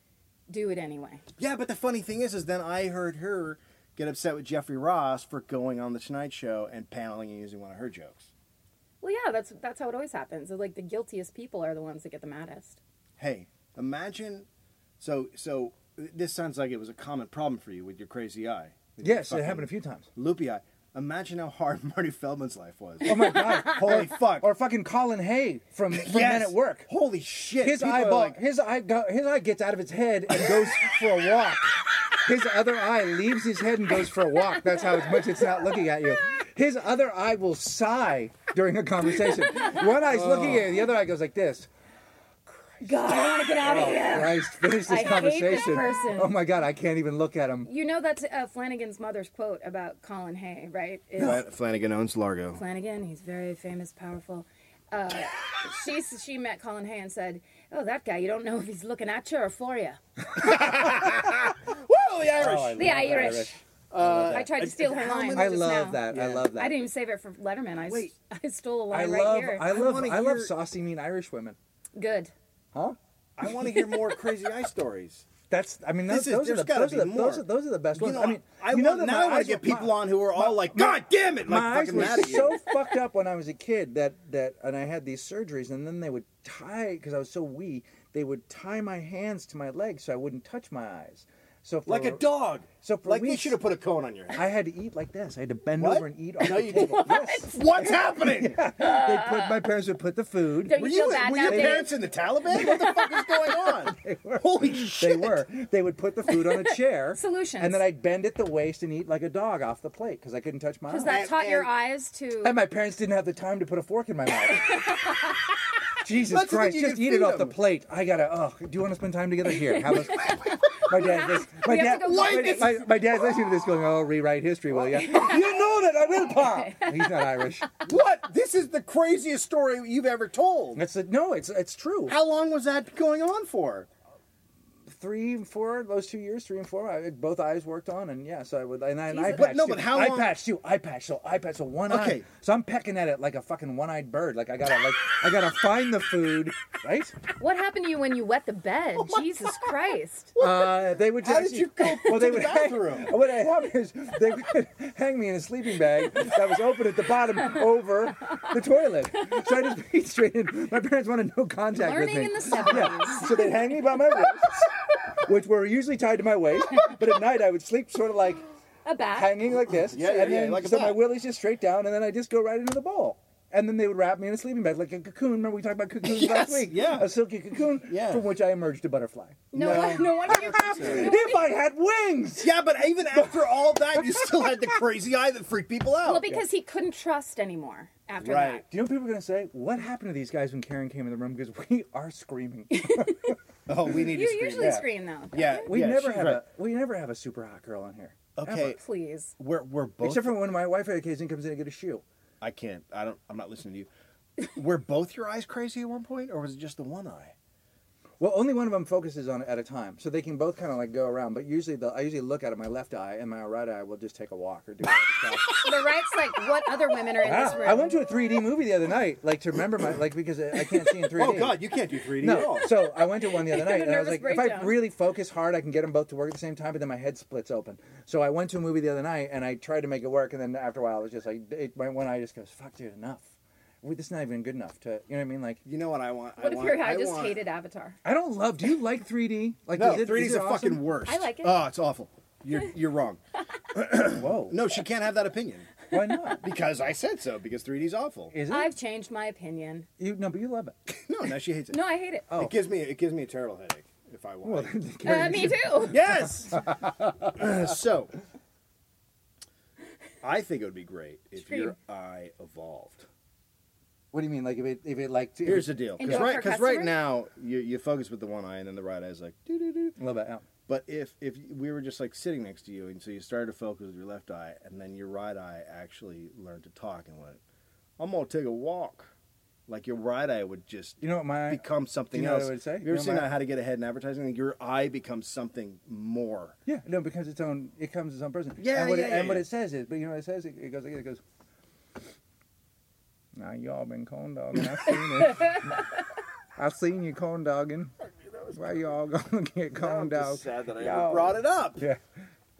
do it anyway.
Yeah, but the funny thing is, is then I heard her get upset with Jeffrey Ross for going on the Tonight Show and paneling and using one of her jokes.
Well, yeah, that's that's how it always happens. It's like the guiltiest people are the ones that get the maddest.
Hey, imagine. So, so this sounds like it was a common problem for you with your crazy eye. with your
yes, it
fucking
happened a few times.
Loopy eye. Imagine how hard Marty Feldman's life was.
Oh my god!
Holy fuck.
Or fucking Colin Hay from, from
Yes.
Men at Work.
Holy shit.
His
People are
eyeball,
like,
his eye, go, his eye gets out of its head and goes for a walk. His other eye leaves his head and goes for a walk. That's how much it's not looking at you. His other eye will sigh during a conversation. One eye's looking at you, the other eye goes like this.
God, I want to get out of here.
Christ, finish this
I hate this
conversation.
person.
Oh my god, I can't even look at him.
You know that's uh, Flanagan's mother's quote about Colin Hay, right? Is-
Flan- Flanagan owns Largo.
Flanagan, he's very famous, powerful. Uh, she she met Colin Hay and said, "Oh, that guy. You don't know if he's looking at you or for you."
Oh,
Whoa, the Irish!
The Irish. I tried to steal her line.
Uh, I
just
love
now.
that. I love that.
I didn't even save it for Letterman. I, s-
Wait.
I stole a line
I
right
love.
here.
I love.
wanna
I love
hear-
saucy mean Irish women.
Good.
Huh?
I want to hear more crazy eye stories.
That's. I mean, those,
This is-
those, are,
there's
the,
gotta
those, are,
be
the,
more.
those, are, those are the best
You
ones.
know,
I mean,
I
you know
want
that
now.
my
I want
eyes
to get
were- my-
people on who are all like,
my-
"God damn it!" Like
my eyes
fucking
were
mad at you.
so fucked up when I was a kid that that and I had these surgeries and then they would tie because I was so wee they would tie my hands to my legs so I wouldn't touch my eyes. So for,
like a dog.
So for
like they
weeks-
should have put a cone on your head.
I had to eat like this. I had to bend
What?
over and eat off
No,
the
you
table. Yes.
What's happening?
They put my parents would put the food.
Don't
Were
you
you,
feel bad
were
now,
your
Dave?
parents in the Taliban? What the fuck is going on? Holy shit!
They were. They would put the food on a chair.
Solutions.
And then I'd bend at the waist and eat like a dog off the plate because I couldn't touch my eyes.
Because that
And-
taught your
and-
eyes to.
And my parents didn't have the time to put a fork in my mouth. Jesus
That's the
Christ,
thing, you
just
can
eat
feed
it off the
them.
plate. I gotta, oh, do you want to spend time together? Here, have us. My dad, this, my,
We
dad
have to go
my,
get-
my, my dad's listening to this going, oh, rewrite history, will ya? you know that I will, Pa! He's not Irish.
What? This is the craziest story you've ever told.
That's the, no, it's it's true.
How long was that going on for?
three and four, those two years, three and four, I, both eyes worked on, and yeah, so I would, and I, and I
Jesus.
patched
But
no,
you.
but how
I
long-
patched you, I patched, so I patched, so one eye.
Okay.
So I'm pecking at it like a fucking one-eyed bird. Like I gotta, like I gotta find the food, right?
What happened to you when you wet the bed? Jesus Christ.
Uh, they would.
How did you go
Well, they
to the
would. hang-
bathroom?
what I have is they would hang me in a sleeping bag that was open at the bottom over the toilet. So I just peed straight in. My parents wanted no contact with
Learning
me.
in the 70s.
Yeah. So they'd hang me by my wrists, which were usually tied to my waist. But at night I would sleep sort of like
A bat.
hanging like this.
Yeah, yeah,
and
yeah,
then,
like a
So
bat.
my willy's just straight down, and then I just go right into the bowl. And then they would wrap me in a sleeping bag like a cocoon. Remember we talked about cocoons last week?
yeah.
A silky cocoon
Yeah.
from which I emerged a butterfly.
No, won- no wonder you
If I had wings!
Yeah, but even after all that, you still had the crazy eye that freaked people out.
Well, because he couldn't trust anymore after
Right.
Do you know what people are going to say? What happened to these guys when Karen came in the room? Because we are screaming.
oh, we
that.
need to
You
scream.
usually
yeah.
scream though.
Yeah,
We
yeah,
never
she's
have
right.
a we never have a super hot girl in here.
Okay,
Ever.
Please.
we're we're both.
Except for when my wife occasionally comes in to get a shoe.
I can't. I don't. I'm not listening to you. Were both your eyes crazy at one point, or was it just the one eye?
Well, only one of them focuses on it at a time, so they can both kind of like go around. But usually, the I usually look out of my left eye, and my right eye will just take a walk or do. other stuff.
The right's like, what other women are in this
Wow.
room?
I went to a 3D movie the other night, like to remember my like because I I can't see in 3D.
Oh God, you can't do 3D at all.
No, so I went to one the other night,
a
and I was like,
nervous
if I
breakdown.
really focus hard, I can get them both to work at the same time. But then my head splits open. So I went to a movie the other night, and I tried to make it work, and then after a while, it was just like it, my one eye just goes, "Fuck, dude, enough. Wait, this is not even good enough to, you know what I mean? Like,
You know what I want?
What if
want-
your I just
want-
hated Avatar?
I don't love. Do you like 3D? Like,
No,
is it,
3D's
is it
the fucking
awesome?
worst.
I like it.
Oh, it's awful. You're you're wrong.
Whoa,
No, she can't have that opinion
why not?
because I said so. Because 3D's awful.
Is it?
I've changed my opinion.
You no, but you love it.
No, now she hates it.
No, I hate it.
Oh.
It gives me it gives me a terrible headache if I want.
Well,
it.
then
Uh,
Karen-
me too.
Yes. so, I think it would be great if your
Scream.
eye evolved.
what do you mean? Like, if it, if it like, if
Here's the
it,
deal,
And
because
do it
right,
for
because right
customer?
now you, you focus with the one eye and then the right eye is like doo doo doo.
a little bit. Yeah.
But if if we were just like sitting next to you and so you started to focus with your left eye and then your right eye actually learned to talk and went, I'm gonna take a walk, like your right eye would just
You know what my
become something
you know what
else.
I would say?
Have you
You
ever
know
seen
my-
that how to get ahead in advertising? Like your eye becomes something more.
Yeah, no, it becomes its own. It comes its own person.
Yeah,
and what
yeah,
it,
yeah,
And what
yeah.
it says is, but you know what it says? It, it goes like it goes. Now y'all been corn dogging. I've seen it. I've seen you corn dogging. Why y'all gonna get corn
I'm just sad
dog?
that I
Yo.
ever brought it up.
Yeah,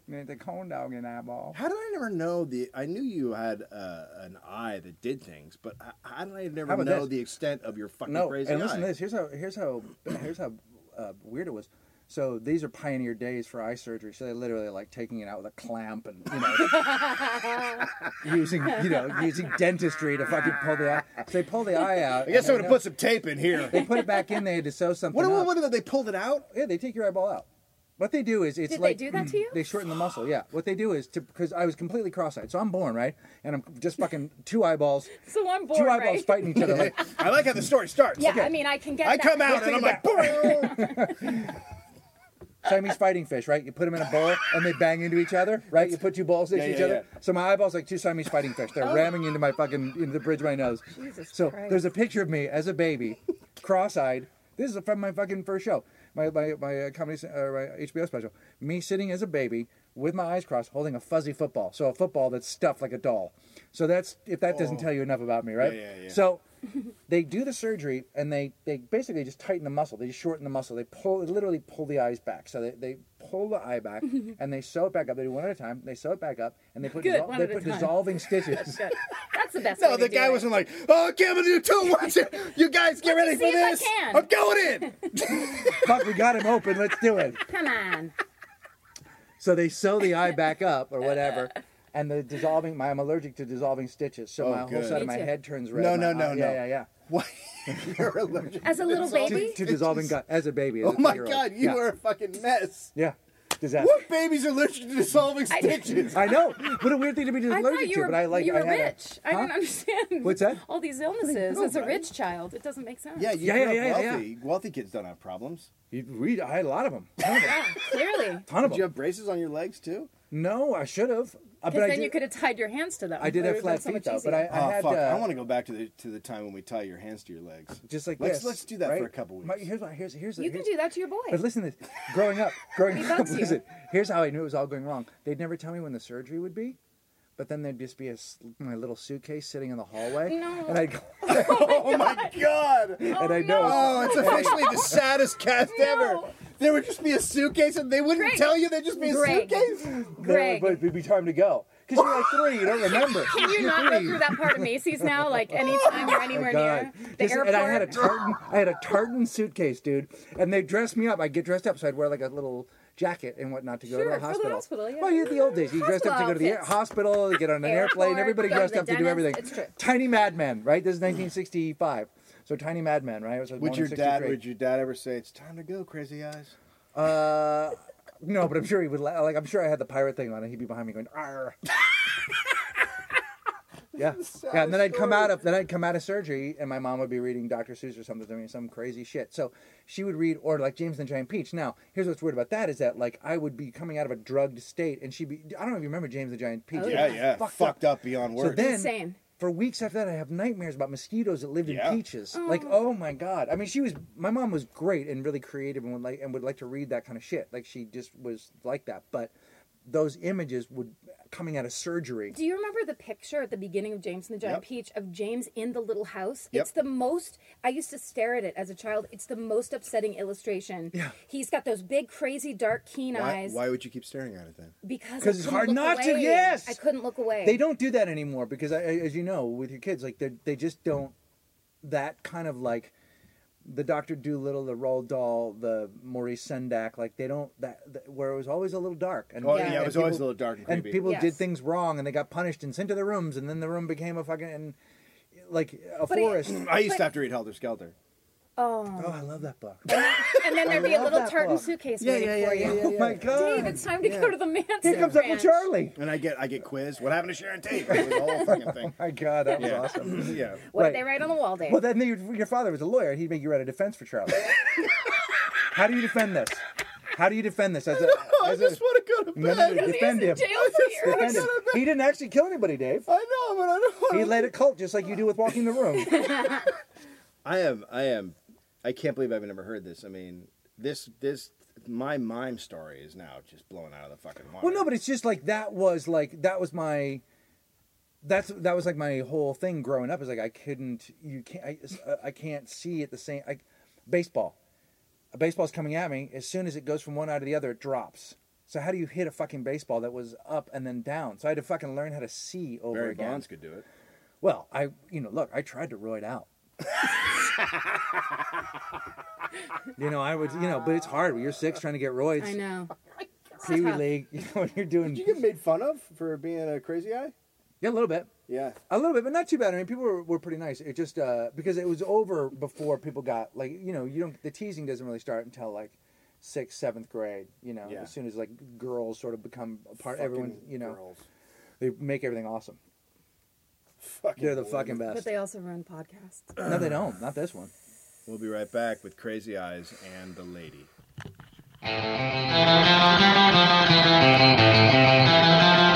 man, the corn dogging eyeball.
How did I never know the? I knew you had uh, an eye that did things, but h- how did I
How
never
about
know
this?
the extent of your fucking
No,
crazy
and listen
eye?
to this. Here's how. Here's how. Here's how uh, weird it was. So these are pioneer days for eye surgery. So they literally like taking it out with a clamp and you know using you know using dentistry to fucking pull the eye. So they pull the eye out.
I guess
and
I'm gonna
know-
put some tape in here.
They put it back in. They had to sew something.
What,
up.
what, what, did they pulled it out?
Yeah, they take your eyeball out. What they do is it's
Did they
like
do that to you?
They shorten the muscle. Yeah. What they do is to because I was completely cross-eyed, so I'm born right, and I'm just fucking two eyeballs,
So I'm
two
bored,
eyeballs
right?
fighting each other. Like,
I like how the story starts.
Yeah, I mean, I can get
I
that.
come out and I'm like, "Boing."
Siamese fighting fish, right? You put them in a bowl and they bang into each other, right? You put two balls next to
Yeah,
each
yeah,
other. So my eyeballs like two Siamese fighting fish. They're ramming into my fucking into the bridge of my nose.
Oh. Jesus
so
Christ.
there's a picture of me as a baby, cross-eyed. This is from my fucking first show, my my my uh, comedy uh, my HBO special. Me sitting as a baby with my eyes crossed, holding a fuzzy football. So a football that's stuffed like a doll. So that's if that doesn't tell you enough about me, right?
Yeah, yeah, yeah.
So they do the surgery and they, they basically just tighten the muscle. They just shorten the muscle. They pull they literally pull the eyes back. So they, they pull the eye back and they sew it back up. They do one at a time. They sew it back up and they put
Good,
dissol-
one
they
at a
put
time.
dissolving stitches.
Good. That's the best.
No,
way
the
to
guy
do
wasn't like, oh, I can't do two. Watch it. You guys get ready
see
for
if I
this.
can."
I'm going in.
Fuck, we got him open. Let's do it.
it. Come on.
So they sew the eye back up or whatever. And the dissolving, my, I'm allergic to dissolving stitches, so
Oh,
my whole
good.
side
Me
of my
too.
head turns red.
No,
My
no,
eye-
no,
yeah,
no.
yeah, yeah.
What? You're allergic.
As a little
To,
baby,
to dissolving gut as a baby. as
Oh
a
my
three-year-old.
God, you
yeah.
are a fucking mess.
yeah, disaster.
What babies are allergic to dissolving
I didn't-
stitches?
I know. What a weird thing to be
I thought
allergic
you
to,
were
but I like
you were
I had a-
rich. I don't
Huh?
understand.
What's that?
All these illnesses.
No,
As a
right?
rich child, it doesn't make sense.
Yeah, you
Yeah,
grew
yeah,
up
yeah, yeah,
wealthy. Wealthy kids don't have problems.
You- We, I had a lot of them.
Yeah, clearly.
ton of
Did you
them.
have braces on your legs too?
No, I should have. Uh, but
Because
I
then
did-
you could have tied your hands to them.
I did
It
have
would've
flat
been so
feet
much
though, but
easier.
I, I
oh
had
fuck!
uh,
I want to go back to the to the time when we tie your hands to your legs.
Oh
just like
let's
this,
let's do that for
right?
a couple weeks.
My- here's what here's here's
You
here's,
can do that to your boy.
But listen to this. Growing up, growing
He
up,
bugs you.
listen. Here's how I knew it was all going wrong. They'd never tell me when the surgery would be, but then there'd just be a, s- my little suitcase sitting in the hallway,
No.
and I'd go,
oh my god!
and I'd know.
Oh, it's officially the saddest cast ever.
No.
There would just be a suitcase, and they wouldn't
Greg.
tell you. They'd just be a
Greg.
suitcase.
There
Greg,
would it'd be time to go because you're like three, you don't remember.
can you not go through that part of Macy's now? Like anytime
Oh,
you're anywhere near the
Just-
airport.
and I had a tartan, I had a tartan suitcase, dude. And they dressed me up. I'd get dressed up, so I'd wear like a little jacket and whatnot to go
Sure,
to
for
the
the
hospital.
hospital, yeah.
Well, you had the old days. You dressed up to
Hospital
go to the air,
outfits.
hospital, to get on an airplane.
Airport,
Everybody
go to
dressed
the
up to do
dentist.
everything.
It's true.
Tiny madman, right? This is 1965. So tiny madman, right? It was like
Would
born
your
in
dad?
63.
Would your dad ever say it's time to go, crazy eyes?
Uh, no, but I'm sure he would. la- Like I'm sure I had the pirate thing on, and he'd be behind me going, "Arr." yeah, yeah. And then I'd come out of then I'd come out of surgery, and my mom would be reading Dr. Seuss or something to me, some crazy shit. So she would read, or like James and the Giant Peach. Now, here's what's weird about that is that like I would be coming out of a drugged state, and she'd be. I don't know if you remember James and the Giant Peach.
Oh,
It
Yeah,
was
yeah. Fucked,
Fucked,
up. beyond
So
words.
then,
Insane.
for weeks after that, I have nightmares about mosquitoes that lived
Yeah.
in peaches. Like, oh my god! I mean, she was my mom was great and really creative and would like and would like to read that kind of shit. Like, she just was like that. But those images would coming out of surgery.
Do you remember the picture at the beginning of James and the Giant
Yep.
Peach of James in the little house?
Yep.
It's the most. I used to stare at it as a child. It's the most upsetting illustration.
Yeah.
He's got those big, crazy, dark, keen
why,
eyes.
why would you keep staring at it then?
Because I
'Cause it's
couldn't
hard
look
not to,
away.
yes.
I couldn't look away.
They don't do that anymore because, I, I- as you know, with your kids, like they they just don't. That kind of like the Doctor Doolittle, the Roald Dahl, the Maurice Sendak, like they don't that, that where it was always a little dark and
Oh
Yeah.
yeah,
And
it was
people-
always a little dark and
and
creepy.
people did
Yes.
things wrong and they got punished and sent to their rooms and then the room became a fucking and, like a
But it-
forest
I used to have to read Helter Skelter.
Oh.
oh i love that book
And then there'd be a
love
little
that
tartan
book.
suitcase waiting for you.
oh my god
Dave, it's time to go to the mansion.
here comes uncle
Ranch.
charlie
And I get I get quizzed. What happened to Sharon Tate? It was the whole fucking thing.
my god that was
Yeah.
awesome
yeah.
What
Right.
did they write on the wall, Dave?
well then your, your father was a lawyer he'd make you write a defense for charlie how do you defend this how do you defend this as a,
I
as
just
a
want to go to
no,
bed.
no, no,
Because he was
defend
in
him
jail for years.
defend him he didn't actually kill anybody dave
I know, but I don't want
he led a cult just like you do with walking the room
I am. I am. I can't believe I've never heard this. I mean, this this my mime story is now just blown out of the fucking water.
Well, no, but it's just like that was like that was my. That's that was like my whole thing growing up. Is like I couldn't, you can't, I, uh, I can't see it the same. Like baseball, a baseball's coming at me. As soon as it goes from one eye to the other, it drops. So how do you hit a fucking baseball that was up and then down? So I had to fucking learn how to see over
Barry
again.
Bonds could do it.
Well, I, you know, look, I tried to roid out. you know, I would, you know, but it's hard when you're six trying to get roids.
I know. It's
Pee Wee
tough.
League, you know, when you're doing.
Did you get made fun of for being a crazy eye?
Yeah, a little bit.
Yeah.
A little bit, but not too bad. I mean, people were, were pretty nice. It just uh, because it was over before people got like you know you don't the teasing doesn't really start until like sixth seventh grade. You know,
Yeah.
as soon as like girls sort of become a part.
Fucking
Everyone you know
girls.
they make everything awesome.
Fucking
They're the
women.
fucking
But
best.
they also run podcasts.
no, they don't. Not this one.
We'll be right back with Crazy Eyes and the Lady.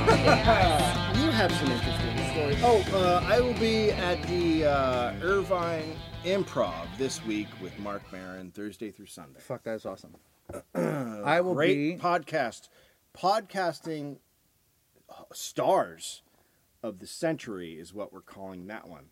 You have some interesting stories. Oh, uh, I will be at the uh, Irvine Improv this week with Mark Marin Thursday through Sunday.
Fuck, that's awesome. I will
Great
be.
podcast, podcasting stars of the century is what we're calling that one.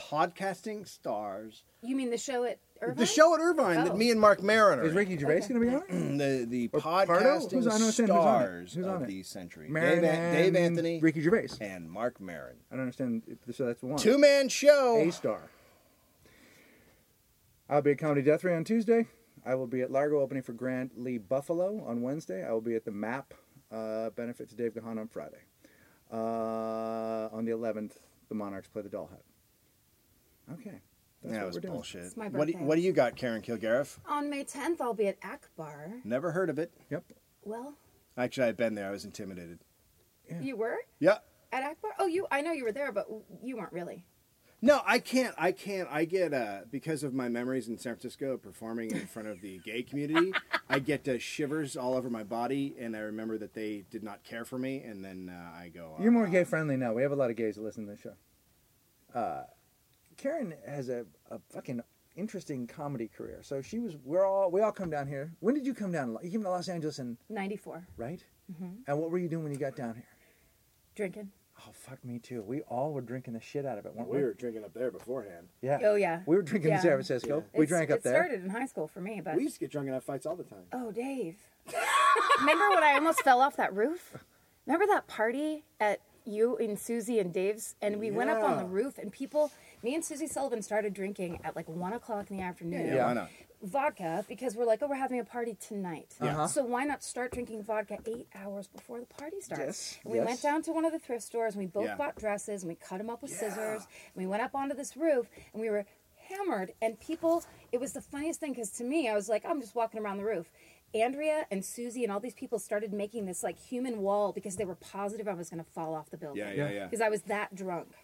Podcasting stars.
You mean the show at Irvine?
The show at Irvine that
Oh.
me and Mark Marin are.
is
in.
Ricky Gervais going to be on? it?
The the
Or Pardo?
podcasting
Who's- I don't understand who's on it.
stars
Who's on
of
it?
the century.
Marin
Dave, An- Dave
and
Anthony
Ricky Gervais.
and Mark Marin.
I don't understand. if- So that's one.
Two man show.
A star. I'll be at Comedy Death Ray on Tuesday. I will be at Largo opening for Grant Lee Buffalo on Wednesday. I will be at the MAP uh, benefit to Dave Gahan on Friday. Uh, on the 11th, the Monarchs play the Doll Hat. Okay. That's
that
what
was
we're doing.
bullshit.
It's my
what, do you,
birthday.
what do you got, Karen Kilgariff?
On May 10th, I'll be at Akbar.
Never heard of it.
Yep.
Well,
Actually, I've been there. I was intimidated.
you were
Yeah.
at Akbar. Oh, you. I know you were there, but you weren't really.
No, I can't. I can't. I get uh, because of my memories in San Francisco performing in front of the gay community. I get uh, shivers all over my body, and I remember that they did not care for me, and then uh, I go.
You're more
uh,
gay friendly now. We have a lot of gays that listen to this show. Uh, Karen has a, a fucking interesting comedy career. So she was. We're all. We all come down here. When did you come down? You came to Los Angeles and
94.
right. Mm-hmm. And what were you doing when you got down here?
Drinking.
Oh fuck me too. We all were drinking the shit out of
"Oh,
it, weren't we?
We were drinking up there beforehand.
Yeah.
Oh, yeah.
We were drinking in
Yeah.
San Francisco.
Yeah.
We
It's-
drank up
it
there.
started in high school for me, but.
We used to get drunk and have fights all the time.
Oh, Dave. Remember when I almost fell off that roof? Remember that party at you and Susie and Dave's? And we went up on the
Yeah.
roof, and people, me and Susie Sullivan started drinking at like 1 o'clock in the afternoon.
Yeah, why not?
Vodka, because we're like, oh, we're having a party tonight.
Uh-huh.
So why not start drinking vodka eight hours before the party starts?
Yes,
And we
yes.
went down to one of the thrift stores, and we both
Yeah.
bought dresses, and we cut them up with scissors, and we went up onto this roof, and we were hammered, and people. It was the funniest thing because to me, I was like, I'm just walking around the roof. Andrea and Susie and all these people started making this like human wall because they were positive I was going to fall off the building.
Yeah, yeah, yeah.
Because I was that drunk.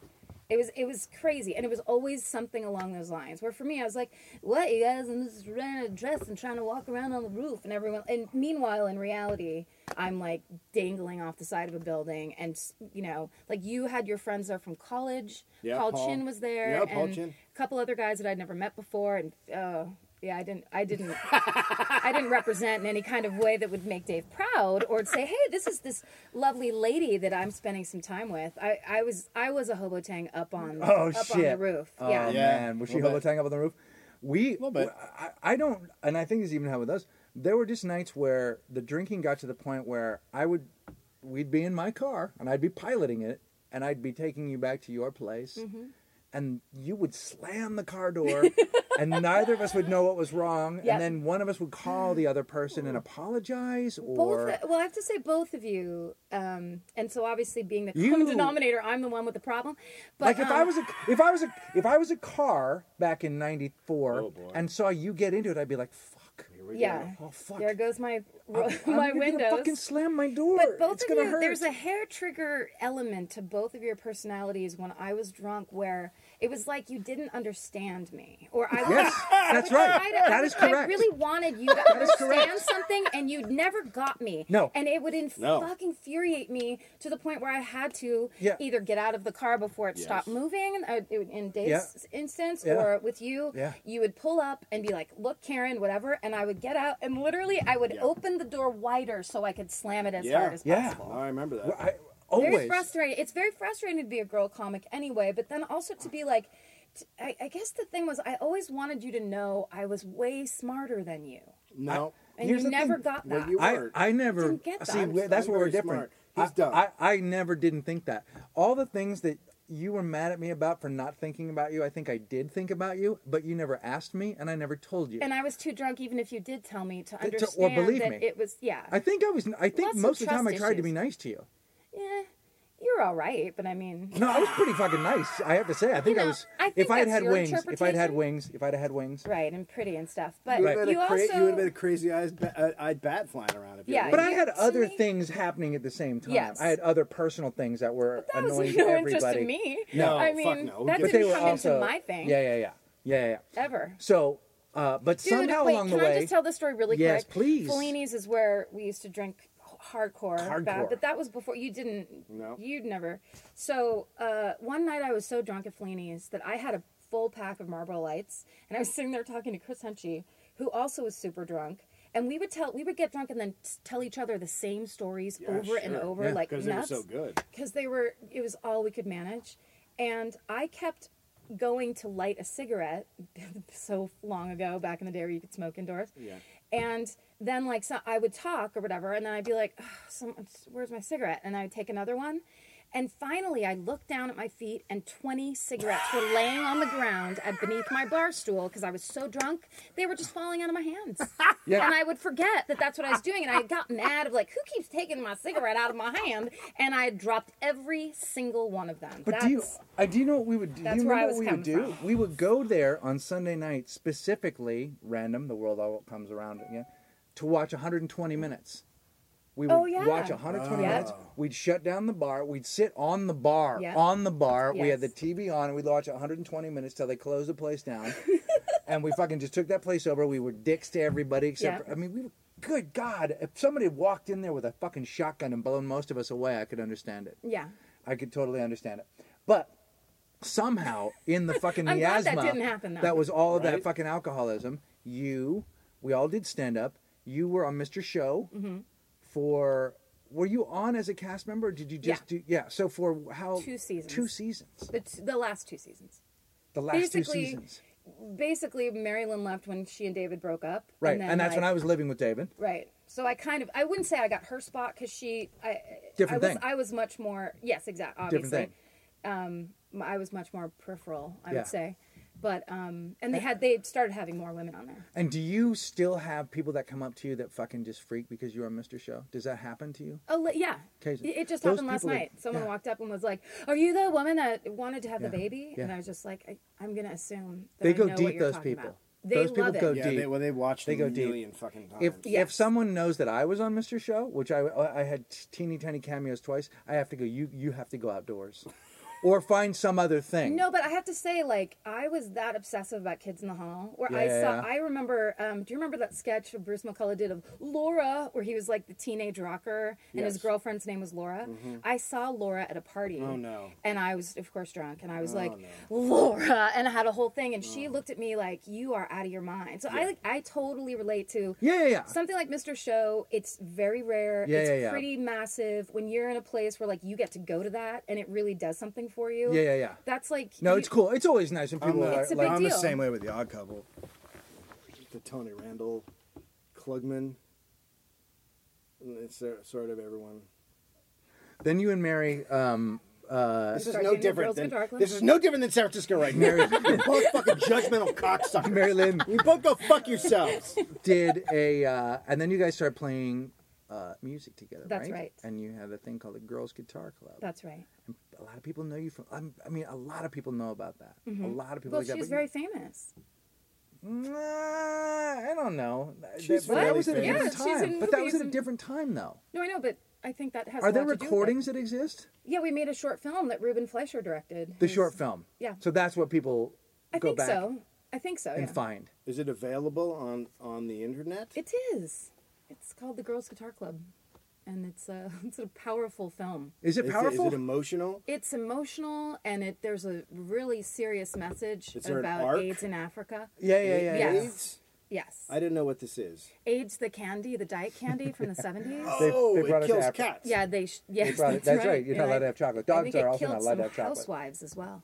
It was it was crazy, and it was always something along those lines. Where for me, I was like, "What you guys? I'm just wearing a dress and trying to walk around on the roof." And everyone, and meanwhile, in reality, I'm like dangling off the side of a building, and you know, like you had your friends there from college.
Yeah,
Paul,
Paul.
Chin was there.
Yeah, Paul
and
Chin.
A couple other guys that I'd never met before, and uh, yeah, I didn't, I didn't, I didn't represent in any kind of way that would make Dave proud or say, "Hey, this is this lovely lady that I'm spending some time with." I, I was, I was a hobotang up on,
Oh
up
shit!
on the roof.
Oh,
yeah,
man, was she
Little bit.
hobotang up on the roof? We,
bit.
I, I don't, and I think this even happened with us. There were just nights where the drinking got to the point where I would, we'd be in my car and I'd be piloting it, and I'd be taking you back to your place,
Mm-hmm.
and you would slam the car door, and neither of us would know what was wrong,
Yep.
and then one of us would call the other person and apologize, or
Both, well, I have to say both of you, um, and so obviously being the
You-
common denominator, I'm the one with the problem. But
like if I
um,
was a if I was a if I was a car back in '94
Oh,
and saw you get into it, I'd be like, "Fuck,
yeah,
oh fuck,
there goes my
I'm
my
gonna
windows.
fucking slam my door.
But both
it's
of
gonna
you,
hurt.
there's a hair trigger element to both of your personalities. When I was drunk, where it was like you didn't understand me, or I was.
yes, that's right. That is
I
correct.
really wanted you to understand something, and you never got me.
No.
and it would inf-
No.
fucking infuriate me to the point where I had to
Yeah.
either get out of the car before it stopped moving, uh, in- in Dave's instance,
Yeah.
or with you,
Yeah.
you would pull up and be like, "Look, Karen, whatever," and I would get out, and literally, I would open the door wider so I could slam it as
Yeah.
hard as
Yeah.
possible.
I remember that.
I,
Very
always.
frustrating. It's very frustrating to be a girl comic anyway, but then also to be like, t- I, I guess the thing was, I always wanted you to know I was way smarter than you,
No.
and
Here's the
you never
thing.
got
Well,
that.
you-
I,
Word.
I never
Didn't get that.
see.
I'm
we-
so-
that's
I'm
where we're
very
different.
smart. He's
I,
dumb.
I, I never didn't think that. All the things that you were mad at me about for not thinking about you, I think I did think about you, but you never asked me, and I never told you.
and I was too drunk, even if you did tell me to
or
understand
believe
that
me.
it was. Yeah,
I think I was. I think
Lots of
most of the time I
trust
tried to be
issues.
nice to you.
yeah, you're all right, but I mean,
No, I was pretty fucking nice. I have to say. I think I
know,
was.
I think
if I had
that's
had
your
wings, if I'd had
interpretation.
wings, if I'd had wings,
right and pretty and stuff, but
You would have been,
you
a
also
cra- you would've been a crazy eyes ba- uh, eyed bat flying around. If you
Yeah.
were-
But I
You-
had
to
other
me-
things happening at the same time.
Yes.
I had other personal things that were
that was
annoying
no
to
interest
everybody.
in me.
No,
I
fuck
mean
no. Who
that
gives
But
a
they
didn't
were
come
also
into my thing
Yeah, yeah, yeah, yeah, yeah. yeah.
ever.
So, uh, but
Dude,
somehow
wait,
along
can
the way,
I just tell the story really
Yes,
quick?
please.
Fellini's is where we used to drink h- hardcore. Bad,
Hardcore.
but that was before you didn't.
No.
You'd never. So uh, one night I was so drunk at Fellini's that I had a full pack of Marlboro Lights, and I was sitting there talking to Chris Hunchy, who also was super drunk. And we would tell, we would get drunk and then s- tell each other the same stories over and
sure.
over,
Yeah.
like
Because they were
nuts
so good.
because they were it was all we could manage and i kept going to light a cigarette so long ago back in the day where you could smoke indoors
Yeah.
and then like so i would talk or whatever and then i'd be like oh, some, where's my cigarette and i would take another one and finally i looked down at my feet and 20 cigarettes were laying on the ground at beneath my bar stool because i was so drunk they were just falling out of my hands
Yeah.
and i would forget that that's what i was doing and i got mad of like who keeps taking my cigarette out of my hand and i dropped every single one of them
But
that's
do you, I do you know what we would do?
that's
you
where I
remember
was
what we would
coming
do?
from.
We would go there on Sunday night specifically, random. The world all comes around again to watch 120 minutes We would
Oh, yeah.
watch 120
Yep.
minutes. We'd shut down the bar. We'd sit on the bar.
Yep.
On the bar. We had the
Yes.
TV on and we'd watch 120 minutes till they closed the place down. and we fucking just took that place over. We were dicks to everybody except,
Yep.
for, I mean, we were, good God. If somebody walked in there with a fucking shotgun and blown most of us away, I could understand it.
Yeah.
I could totally understand it. But somehow, in the fucking
I'm glad that
miasma,
didn't happen, though.
that was all of that
Right?
fucking alcoholism. You, we all did stand up. You were on Mr. Show
Mm-hmm.
for. Were you on as a cast member? Or did you just do? Yeah. So for how
Two seasons.
Two seasons.
The, t- the last two seasons.
The last two
basically-
seasons.
Basically, Marilyn left when she and David broke up.
Right, and, that's when
like,
I was living with David.
Right. So I kind of I wouldn't say I got her spot because she I
Different
I was
thing.
I was much more yes exactly obviously
Different thing.
Um, I was much more peripheral I
Yeah.
would say, but um and they had they started having more women on there.
And do you still have people that come up to you that fucking just freak because you're on Mr. Show? Does that happen to you?
Oh li- yeah,
Crazy.
it, it just
Those
happened last
people are-
night. Someone
yeah.
walked up and was like, "Are you the woman that wanted to have
Yeah.
the baby?" And
Yeah.
I was just like, I, "I'm gonna assume that
They
I
go
know
deep,
What you're
those
talking
people.
About. They
Those people
love
go
it.
deep.
Yeah, they, well, they watched
They
it
go
a
deep.
million fucking times.
if if
Yes.
someone knows that I was on Mr. Show, which I I had teeny tiny cameos twice, I have to go. You you have to go outdoors, or find some other thing.
No, but I have to say, like, I was that obsessive about Kids in the Hall, where I
Yeah.
saw. I remember. Um, do you remember that sketch of Bruce McCullough did of Laura, where he was like the teenage rocker, and his
Yes.
girlfriend's name was Laura?
Mm-hmm.
I saw Laura at a party.
Oh, no.
And I was, of course, drunk, and I
Oh,
was like, Laura, and I had a whole thing, and she looked at me like, "You are out of your mind." So I, like, I totally relate to.
Yeah, yeah, yeah.
Something like Mr. Show, it's very rare.
Yeah,
it's
yeah, yeah.
pretty massive. When you're in a place where like you get to go to that and it really does something for you.
Yeah, yeah, yeah.
That's like
no,
you-
it's cool. It's always nice when people
the-
are
It's a
like.
big
I'm the
deal.
same way with the Odd Couple.
the Tony Randall, Klugman. It's there- sort of everyone.
Then you and Mary, um, uh,
This is
Start
no
getting your
different
girls
than
with Darkland.
this is no different than San Francisco right now. You're both fucking judgmental cocksuckers.
Mary Lynn
You both go fuck yourselves.
did a, uh, and then you guys started playing uh, music together.
That's right.
And you had a thing called the Girls Guitar Club.
That's right.
a lot of people know you from. I'm, I mean, a lot of people know about that. A lot of people.
Mm-hmm. Well,
like that,
she was
but you-
very famous.
Nah, I don't know.
She's
that, but that
fairly
was at a
famous.
different
Yeah, she's
time.
in
but that was
movies
at a
and-
different time, though.
No, I know, but I think that has.
Are
a
there
lot to do with it.
recordings that exist?
Yeah, we made a short film that Ruben Fleischer directed.
The
It was-
short film.
yeah.
So that's what people
I
go
think
back
so. I think so.
and
yeah.
find.
Is it available on on the internet?
It is. It's called The Girls Guitar Club, and it's a it's a powerful film.
Is it
Is
powerful?
Is it emotional?
It's emotional, and it there's a really serious message
Is there an
about
arc?
AIDS in Africa.
yeah, yeah, yeah. yeah.
Yes.
AIDS?
Yes,
I didn't know what this is.
AIDS the candy, the diet candy from the 70s.
They-
oh,
they
it
brought us to
kills
Africa.
cats.
Yeah, they. Sh- yes,
brought it-
that's,
that's right, you're not
And
allowed
I-
to have chocolate.
I
Dogs
think it
are also not
killed
allowed to
some
have chocolate.
Housewives as well.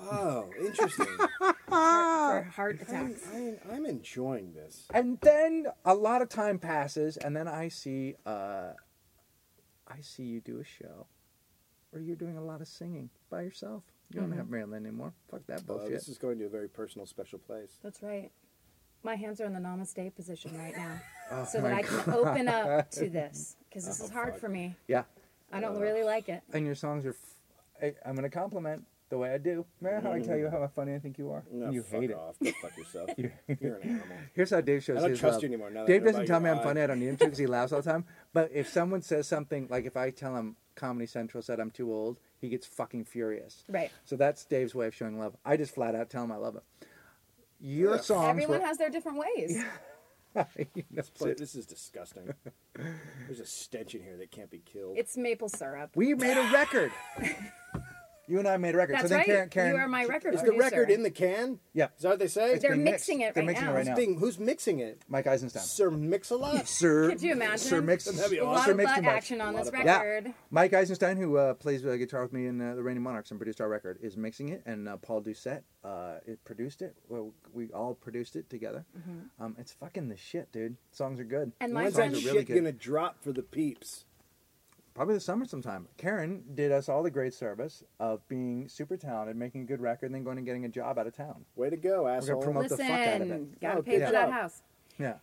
Oh, interesting.
Oh,
Heart, for heart
I'm,
attacks.
I'm, I'm enjoying this.
And then a lot of time passes, and then I see, uh, I see you do a show, where you're doing a lot of singing by yourself. You
Mm-hmm.
don't have Marilyn anymore. Fuck that
Uh,
bullshit.
this is going to a very personal, special place.
That's right. My hands are in the namaste position right now, so
Oh my Oh,
that I can open up to this because this is hard for me.
yeah.
I don't really like it.
And your songs are. F- I, I'm gonna compliment the way I do. Remember how I tell you how funny I think you are?
Mm-hmm. No,
And you
fuck
hate it.
off. Go fuck yourself. You're an animal.
Here's how Dave shows
I don't
his
trust
love.
you anymore now that I
Dave
know
doesn't
about
tell me
your
I'm funny.
eye.
I don't need him to because he laughs all the time. But if someone says something like if I tell him Comedy Central said I'm too old, he gets fucking furious.
Right.
So that's Dave's way of showing love. I just flat out tell him I love him. Your songs
Everyone
were-
has their different ways.
You know,
This- This is disgusting. There's a stench in here that can't be killed.
It's maple syrup.
we made a record. you and I made a record.
That's
so then
right.
Karen, Karen,
you are my record
is the
producer.
record in the can?
Yeah.
Is that what they say?
It's
They're
being
mixing
mixed.
it
They're
right
mixing
now.
it right now.
Sting, who's mixing it?
Mike Eisenstein.
Sir Mix-a-Lot.
Sir,
Could you imagine?
Sir Mix,
That'd be
a
Sir
lot of
Mix
butt
too much.
action on this
of butt.
record.
Yeah. Mike Eisenstein, who uh, plays uh, guitar with me in uh, the Reigning Monarchs and produced our record, is mixing it, and uh, Paul Doucette uh, it produced it. Well, we all produced it together. Um, it's fucking the shit, dude. Songs are good.
Mm-hmm. And my
When's that
friend-
songs
shit
are really good.
gonna drop for the peeps?
Probably the summer sometime. Karen did us all the great service of being super talented, making a good record, and then going and getting a job out of town.
Way to go,
gonna
asshole.
promote- Promote the fuck out of it.
Listen, gotta
Oh,
pay
good
for that
job.
house.
Yeah.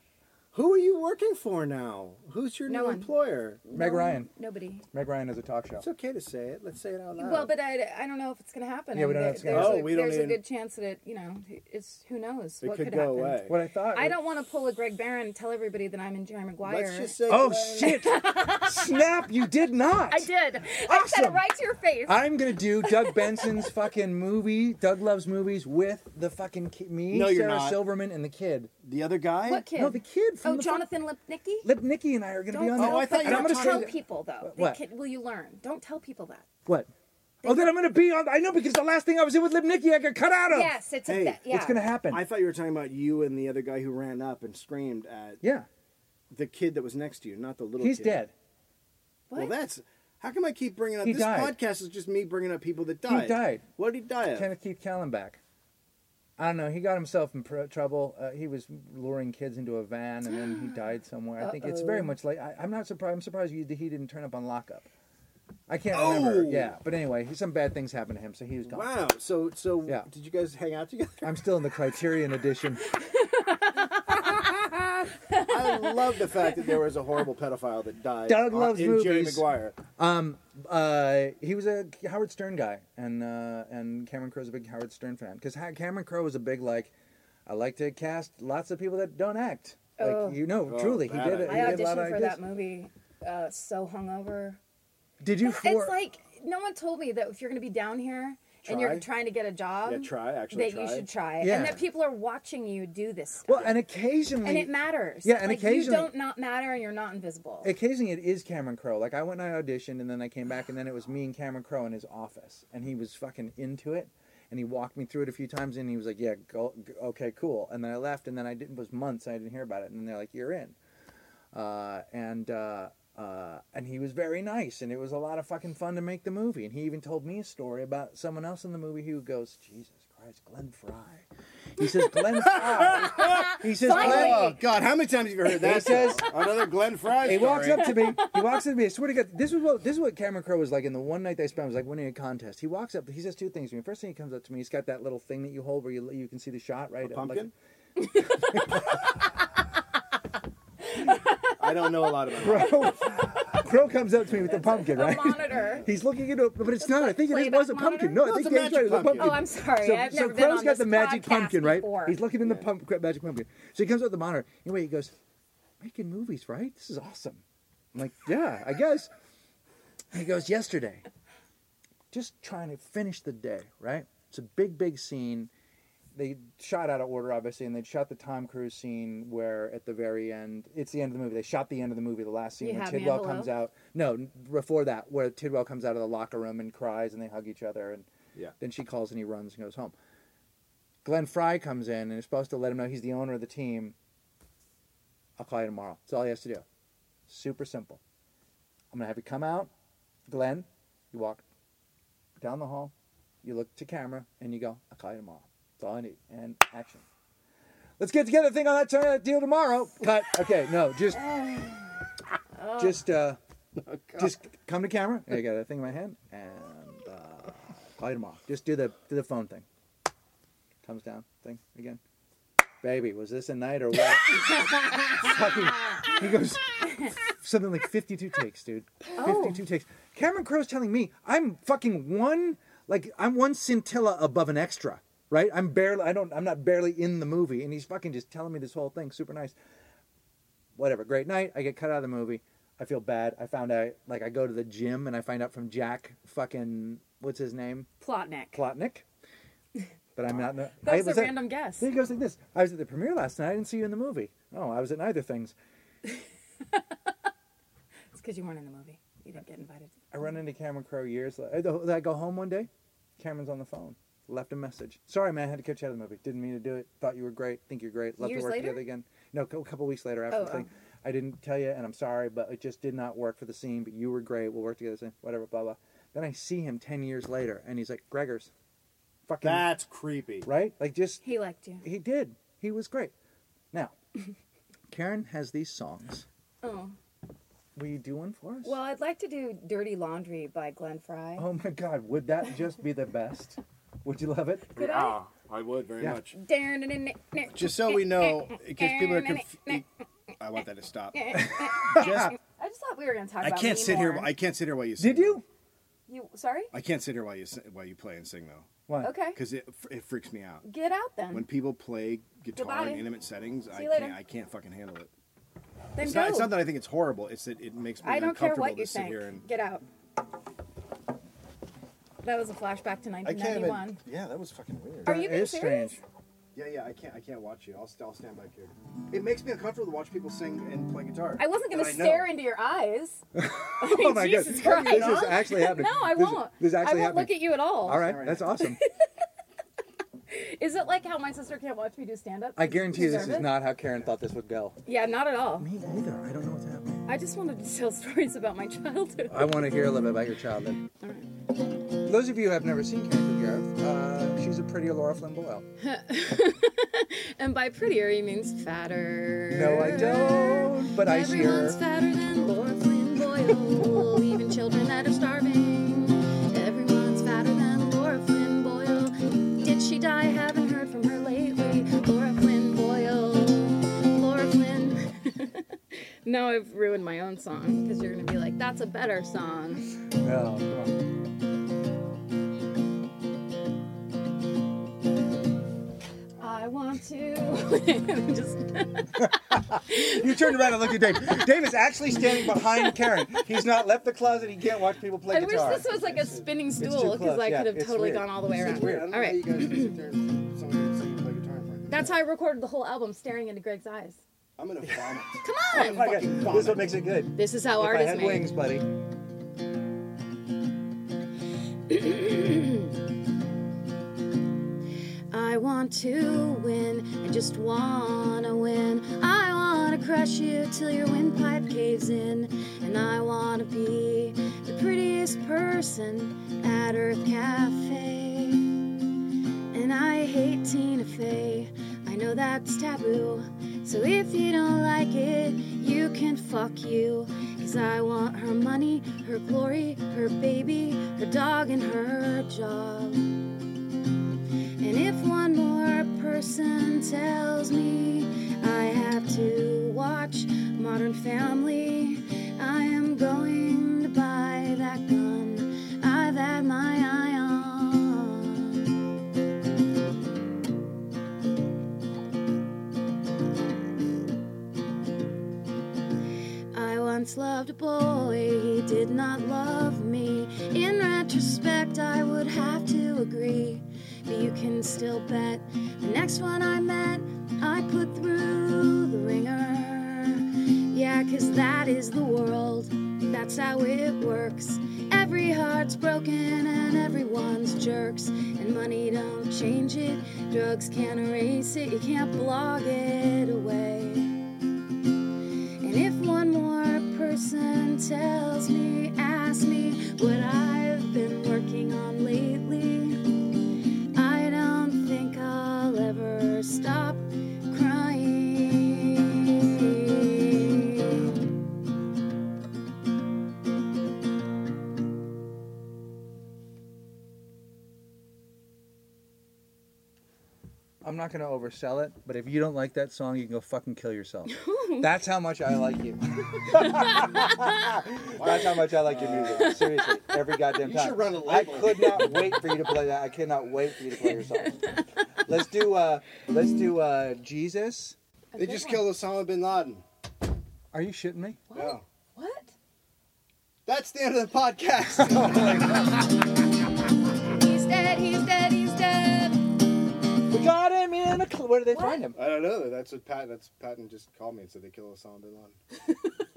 Who are you working for now? Who's your
No
new
one.
employer?
Meg Ryan.
Nobody.
Meg Ryan has a talk show.
It's okay to say it. Let's say it out loud.
Well, but I, I don't know if it's going to happen.
Oh. Yeah, we don't know if it's gonna
There's,
happen. Oh,
a,
we don't
there's
even-
a good chance that it, you know, it's who knows
it
what
could,
could,
go
happen.
away.
What I thought.
I don't want to pull a Greg Barron and tell everybody that I'm in Jerry Maguire.
Let's just say.
Oh
goodbye.
shit! Snap! You did not.
I did. I said it
Awesome.
right to your face.
I'm gonna do Doug Benson's fucking movie, Doug Loves Movies, with the fucking ki- me,
No, you're
Sarah
not.
Silverman, and the kid.
The other guy?
what kid?
No, the kid from
oh,
the
Jonathan Lipnicki?
Fuck- Lip Nikki and I are gonna be on that.
tell-
Oh, I thought
but
you were
don't
I'm gonna
tell
say-
people though. The
What?
kid- will you learn? Don't tell people that.
What? Oh, then I'm gonna be on. I know because the last thing I was in with Lip Nikki, I got cut out of.
Yes, it's
Hey,
a that, yeah.
It's gonna happen.
I thought you were talking about you and the other guy who ran up and screamed at
yeah,
the kid that was next to you, not the little
he's
kid.
dead.
What?
Well, that's. How come I keep bringing up
He
this
died.
podcast? Is just me bringing up people that died.
died.
What did he die of?
Kenneth Keith Callenbach. I don't know. He got himself in pr- trouble. Uh, he was luring kids into a van, and then he died somewhere. I think it's very much like I, I'm not surprised. I'm surprised you, he didn't turn up on lockup. I can't remember.
Oh!
Yeah, but anyway, some bad things happened to him, so he was gone.
Wow. So so
Yeah.
did you guys hang out together?
I'm still in the Criterion edition.
I love the fact that there was a horrible pedophile that died.
Doug
on-
loves
in Jerry
movies.
Maguire.
Um, uh, he was a Howard Stern guy, and uh, and Cameron Crowe's a big Howard Stern fan because ha- Cameron Crowe was a big like, I like to cast lots of people that don't act. Like
Oh.
you know, truly, he
bad
did. it.
idea.
He
I
did a lot of
auditioned for
ideas.
that movie. Uh, so hungover.
Did you? For,
It's like no one told me that if you're gonna be down here and
Try.
you're trying to get a job,
Yeah, try, actually
that you
try.
should try,
Yeah.
and that people are watching you do this. Stuff.
Well, and occasionally,
and it matters.
Yeah, and
like,
occasionally-
you don't not matter, and you're not invisible.
occasionally it is Cameron Crowe. Like I went and I auditioned, and then I came back, and then it was me and Cameron Crowe in his office, and he was fucking into it, and he walked me through it a few times, and he was like, "Yeah, go, g- okay, cool," and then I left, and then I didn't. It was months, and I didn't hear about it, and then they're like, "You're in," uh, and. Uh, uh, and he was very nice, and it was a lot of fucking fun to make the movie. And he even told me a story about someone else in the movie who goes, "Jesus Christ, Glenn Fry." He says, "Glenn Fry." He says,
Finally.
"Glenn,
Oh God! How many times have you heard
He
that?
says-
another Glenn Fry.
He
story.
walks up to me. He walks up to me. I swear to God, this is what this is what Cameron Crowe was like in the one night they spent. It was like winning a contest. He walks up. He says two things to me. First thing he comes up to me, he's got that little thing that you hold where you you can see the shot right. Like-
Pumpkin. I don't know a lot about. Right.
Crowe, Crowe comes up to me with the pumpkin,
a
right?
monitor.
He's looking into it, but it's not. I think it is-
playback
was a pumpkin.
monitor?
No,
No,
I
it's
think
a
Gabe's
magic
right. It was a
pumpkin.
pumpkin.
Oh, I'm sorry.
So,
I've
so
never been
Crowe's
on
got
this
the magic
podcast
pumpkin, right?
before.
He's looking in the pump, magic pumpkin. So he comes up with the monitor. Anyway, he goes, "Making movies, right? This is awesome." I'm like, "Yeah, I guess." He goes, "Yesterday, just trying to finish the day, right? It's a big, big scene. They shot out of order, obviously, and they shot the Tom Cruise scene where at the very end, it's the end of the movie. They shot the end of the movie, the last scene
You
when
Have Me at
Tidwell
Hello?
comes out. No, n- before that, where Tidwell comes out of the locker room and cries, and they hug each other, and
Yeah.
then she calls and he runs and goes home. Glenn Fry comes in and is supposed to let him know he's the owner of the team. I'll call you tomorrow. That's all he has to do. Super simple. I'm gonna have you come out, Glenn. You walk down the hall, you look to camera, and you go, "I'll call you tomorrow." That's all I need. And action. Let's get together. Think on that turn that deal tomorrow. Cut. Okay. No. Just. Just. uh Just come to camera. I got a thing in my hand, and uh, call you tomorrow. Just do the do the phone thing. Comes down thing again. Baby, was this a night or what? Fucking, he goes something like 52 takes, dude. 52 takes. Cameron Crowe's telling me I'm fucking one, like I'm one scintilla above an extra, right? I'm barely, I don't, I'm not barely in the movie, and he's fucking just telling me this whole thing. Super nice. Whatever. Great night. I get cut out of the movie. I feel bad. I found out, like, I go to the gym and I find out from Jack fucking, what's his name?
Plotnik.
Plotnik. But I'm not. That
that was a random guess.
then he goes like this. I was at the premiere last night. I didn't see you in the movie. Oh, I was at neither things.
It's because you weren't in the movie. You didn't get invited.
I run into Cameron Crowe years later. I go home one day. Cameron's on the phone. Left a message. Sorry, man. I had to catch you out of the movie. Didn't mean to do it. Thought you were great. Think you're great. Love
Years
to work
later?
together again. No, co- a couple weeks later after
Oh,
the thing. I didn't tell you, and I'm sorry, but it just did not work for the scene. But you were great. We'll work together soon. Whatever, blah, blah. Then I see him 10 years later, and he's like, Gregor's. Fucking.
That's creepy.
Right? Like, just.
He liked you.
He did. He was great. Now, Karen has these songs.
Oh.
Will you do one for us?
Well, I'd like to do Dirty Laundry by Glenn Fry.
oh my God, would that just be the best? Would you love it?
Could I?
Ah,
I would very
Yeah.
much.
Darn it in it, in it.
Just so we know, in case people are conf-
I want that to stop.
I just thought we were going to talk
I
about
can't
me
sit here.
more.
I can't sit here while you sing.
Did you?
You sorry?
I can't sit here while you si- while you play and sing though,
Why?
Okay.
because it it freaks me out.
Get out then.
When people play guitar
Goodbye.
in intimate settings, I
you later.
can't. I can't fucking handle it.
then
It's
go.
not, it's not that I think it's horrible. It's that it makes me
I don't care
uncomfortable
what
to
you
sit
think.
here and.
Get out. That was a flashback to
I can't even.
1991.
Yeah, that was fucking weird.
Are you
It
being
is
serious?
strange.
Yeah, yeah, I can't. I can't watch you. I'll, st- I'll stand back here. It makes me uncomfortable to watch people sing and play guitar.
I wasn't going
But
to
I know.
stare into your eyes. I mean,
Oh my God.
Jesus Christ.
This is actually happening.
no, I
This-
won't.
This actually
I won't
happening.
look at you at all.
All right, that's awesome.
Is it like how my sister can't watch me do stand up?
I guarantee you this is not how Karen thought this would go.
Yeah, not at all.
Me neither. I don't know what's happening.
I just wanted to tell stories about my childhood.
I want to hear a little bit about your childhood.
All right.
Those of you who have never seen Karen Kilgariff, uh, she's a prettier Laura Flynn Boyle.
And by prettier, he means fatter.
No, I don't, but I see her.
Everyone's fatter than Laura Flynn Boyle, even children that are starving. Everyone's fatter than Laura Flynn Boyle. Did she die? Haven't heard from her lately. Laura Flynn Boyle. Laura Flynn.
Now I've ruined my own song because you're going to be like, that's a better song.
No, Oh, come on.
I want to. just.
You turned around and looked at Dave. Dave is actually standing behind Karen. He's not left the closet. He can't watch people play
I wish
guitar.
this was like a spinning
too
stool because
close,
I
yeah,
could have
it's
totally
weird.
gone all the way
It's
around.
weird. I
All right.
guys can sit there and somebody can sing and play guitar in front of you.
That's how I recorded the whole album staring into Greg's eyes.
I'm gonna vomit.
Come on!
Okay, this is what makes it good.
This is how
if
art
I
is
had
made.
wings, buddy.
I want to win. I just wanna win. I wanna crush you till your windpipe caves in. And I wanna be the prettiest person at Earth Cafe. And I hate Tina Fey. I know that's taboo. So if you don't like it, you can fuck you. Cause I want her money, her glory, her baby, her dog, and her job. And if one more person tells me I have to watch Modern Family, I am going to buy that gun I've had my eye on. I once loved a boy, he did not love me. In retrospect, I would have to agree. But you can still bet the next one I met, I put through the ringer. Yeah, 'cause that is the world, that's how it works. Every heart's broken and everyone's jerks. And money don't change it, drugs can't erase it, you can't blog it away. And if one more person tells me, asks me what I've been working on lately, I don't think I'll ever stop crying.
I'm not gonna oversell it, but if you don't like that song, you can go fucking kill yourself. That's how much I like you. That's how much I like your music. Seriously, every goddamn
You
time.
should run a
I
label.
could not wait for you to play that. I cannot wait for you to play your song. Let's do. Uh, let's do uh, Jesus.
They just killed Osama bin Laden.
Are you shitting me?
Yeah.
What?
That's the end of the podcast.
He's dead, he's dead, he's dead.
We got him in a. Cl- where did they find him?
I don't know. That's what Pat. That's Patton just called me and said they killed Osama bin Laden.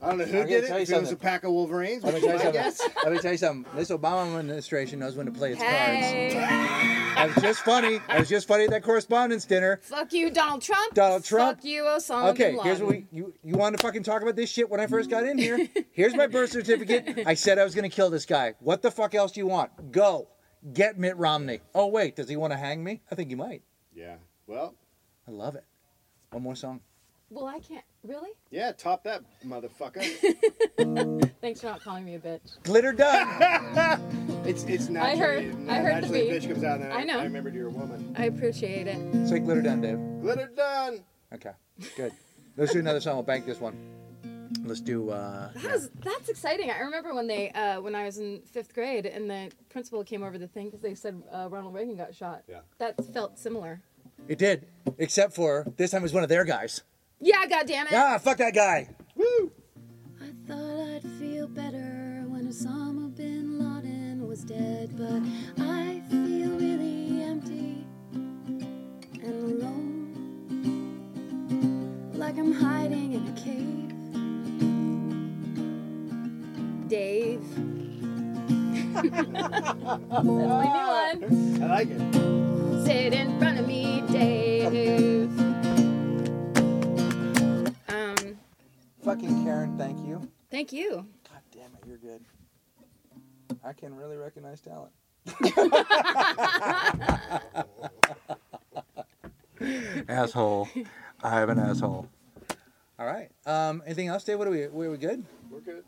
I don't know who
I'm gonna
did it.
tell you
If it was a
something.
pack of Wolverines,
Let me
which
tell you
I
something.
guess.
Let me tell you something. This Obama administration knows when to play its
Hey!
cards. I was just funny. I was just funny at that correspondence dinner.
Fuck you, Donald Trump.
Donald Trump.
Fuck you, Osama
Okay,
bin
here's what we
Laden.
you you wanted to fucking talk about this shit when I first got in here. Here's my birth certificate. I said I was gonna kill this guy. What the fuck else do you want? Go get Mitt Romney. Oh wait, does he want to hang me? I think he might.
Yeah. Well.
I love it. One more song.
Well, I can't. Really?
Yeah. Top that, motherfucker.
Thanks for not calling me a bitch.
Glitter done.
it's it's naturally.
I heard- I heard the
naturally
beat.
bitch comes out. And
I know.
I remembered you're a woman.
I appreciate it.
Say glitter done, Dave.
Glitter done.
Okay, good. Let's do another song. We'll bank this one. Let's do. Uh,
That is, that's exciting. I remember when they, uh, when I was in fifth grade, and the principal came over the thing because they said uh, Ronald Reagan got shot.
Yeah.
That felt similar.
it did, except for this time it was one of their guys.
Yeah, God damn it.
Ah, fuck that guy.
I thought I'd feel better when Osama bin Laden was dead, but I feel really empty and alone. Like I'm hiding in a cave.
Dave. That's my new one.
I like it.
Sit in front of me, Dave. Um,
Fucking Karen, thank you.
thank you.
God damn it, you're good. I can really recognize talent. asshole. I'm an asshole. All right. Um, anything else, Dave? What are we? Were we good?
We're good.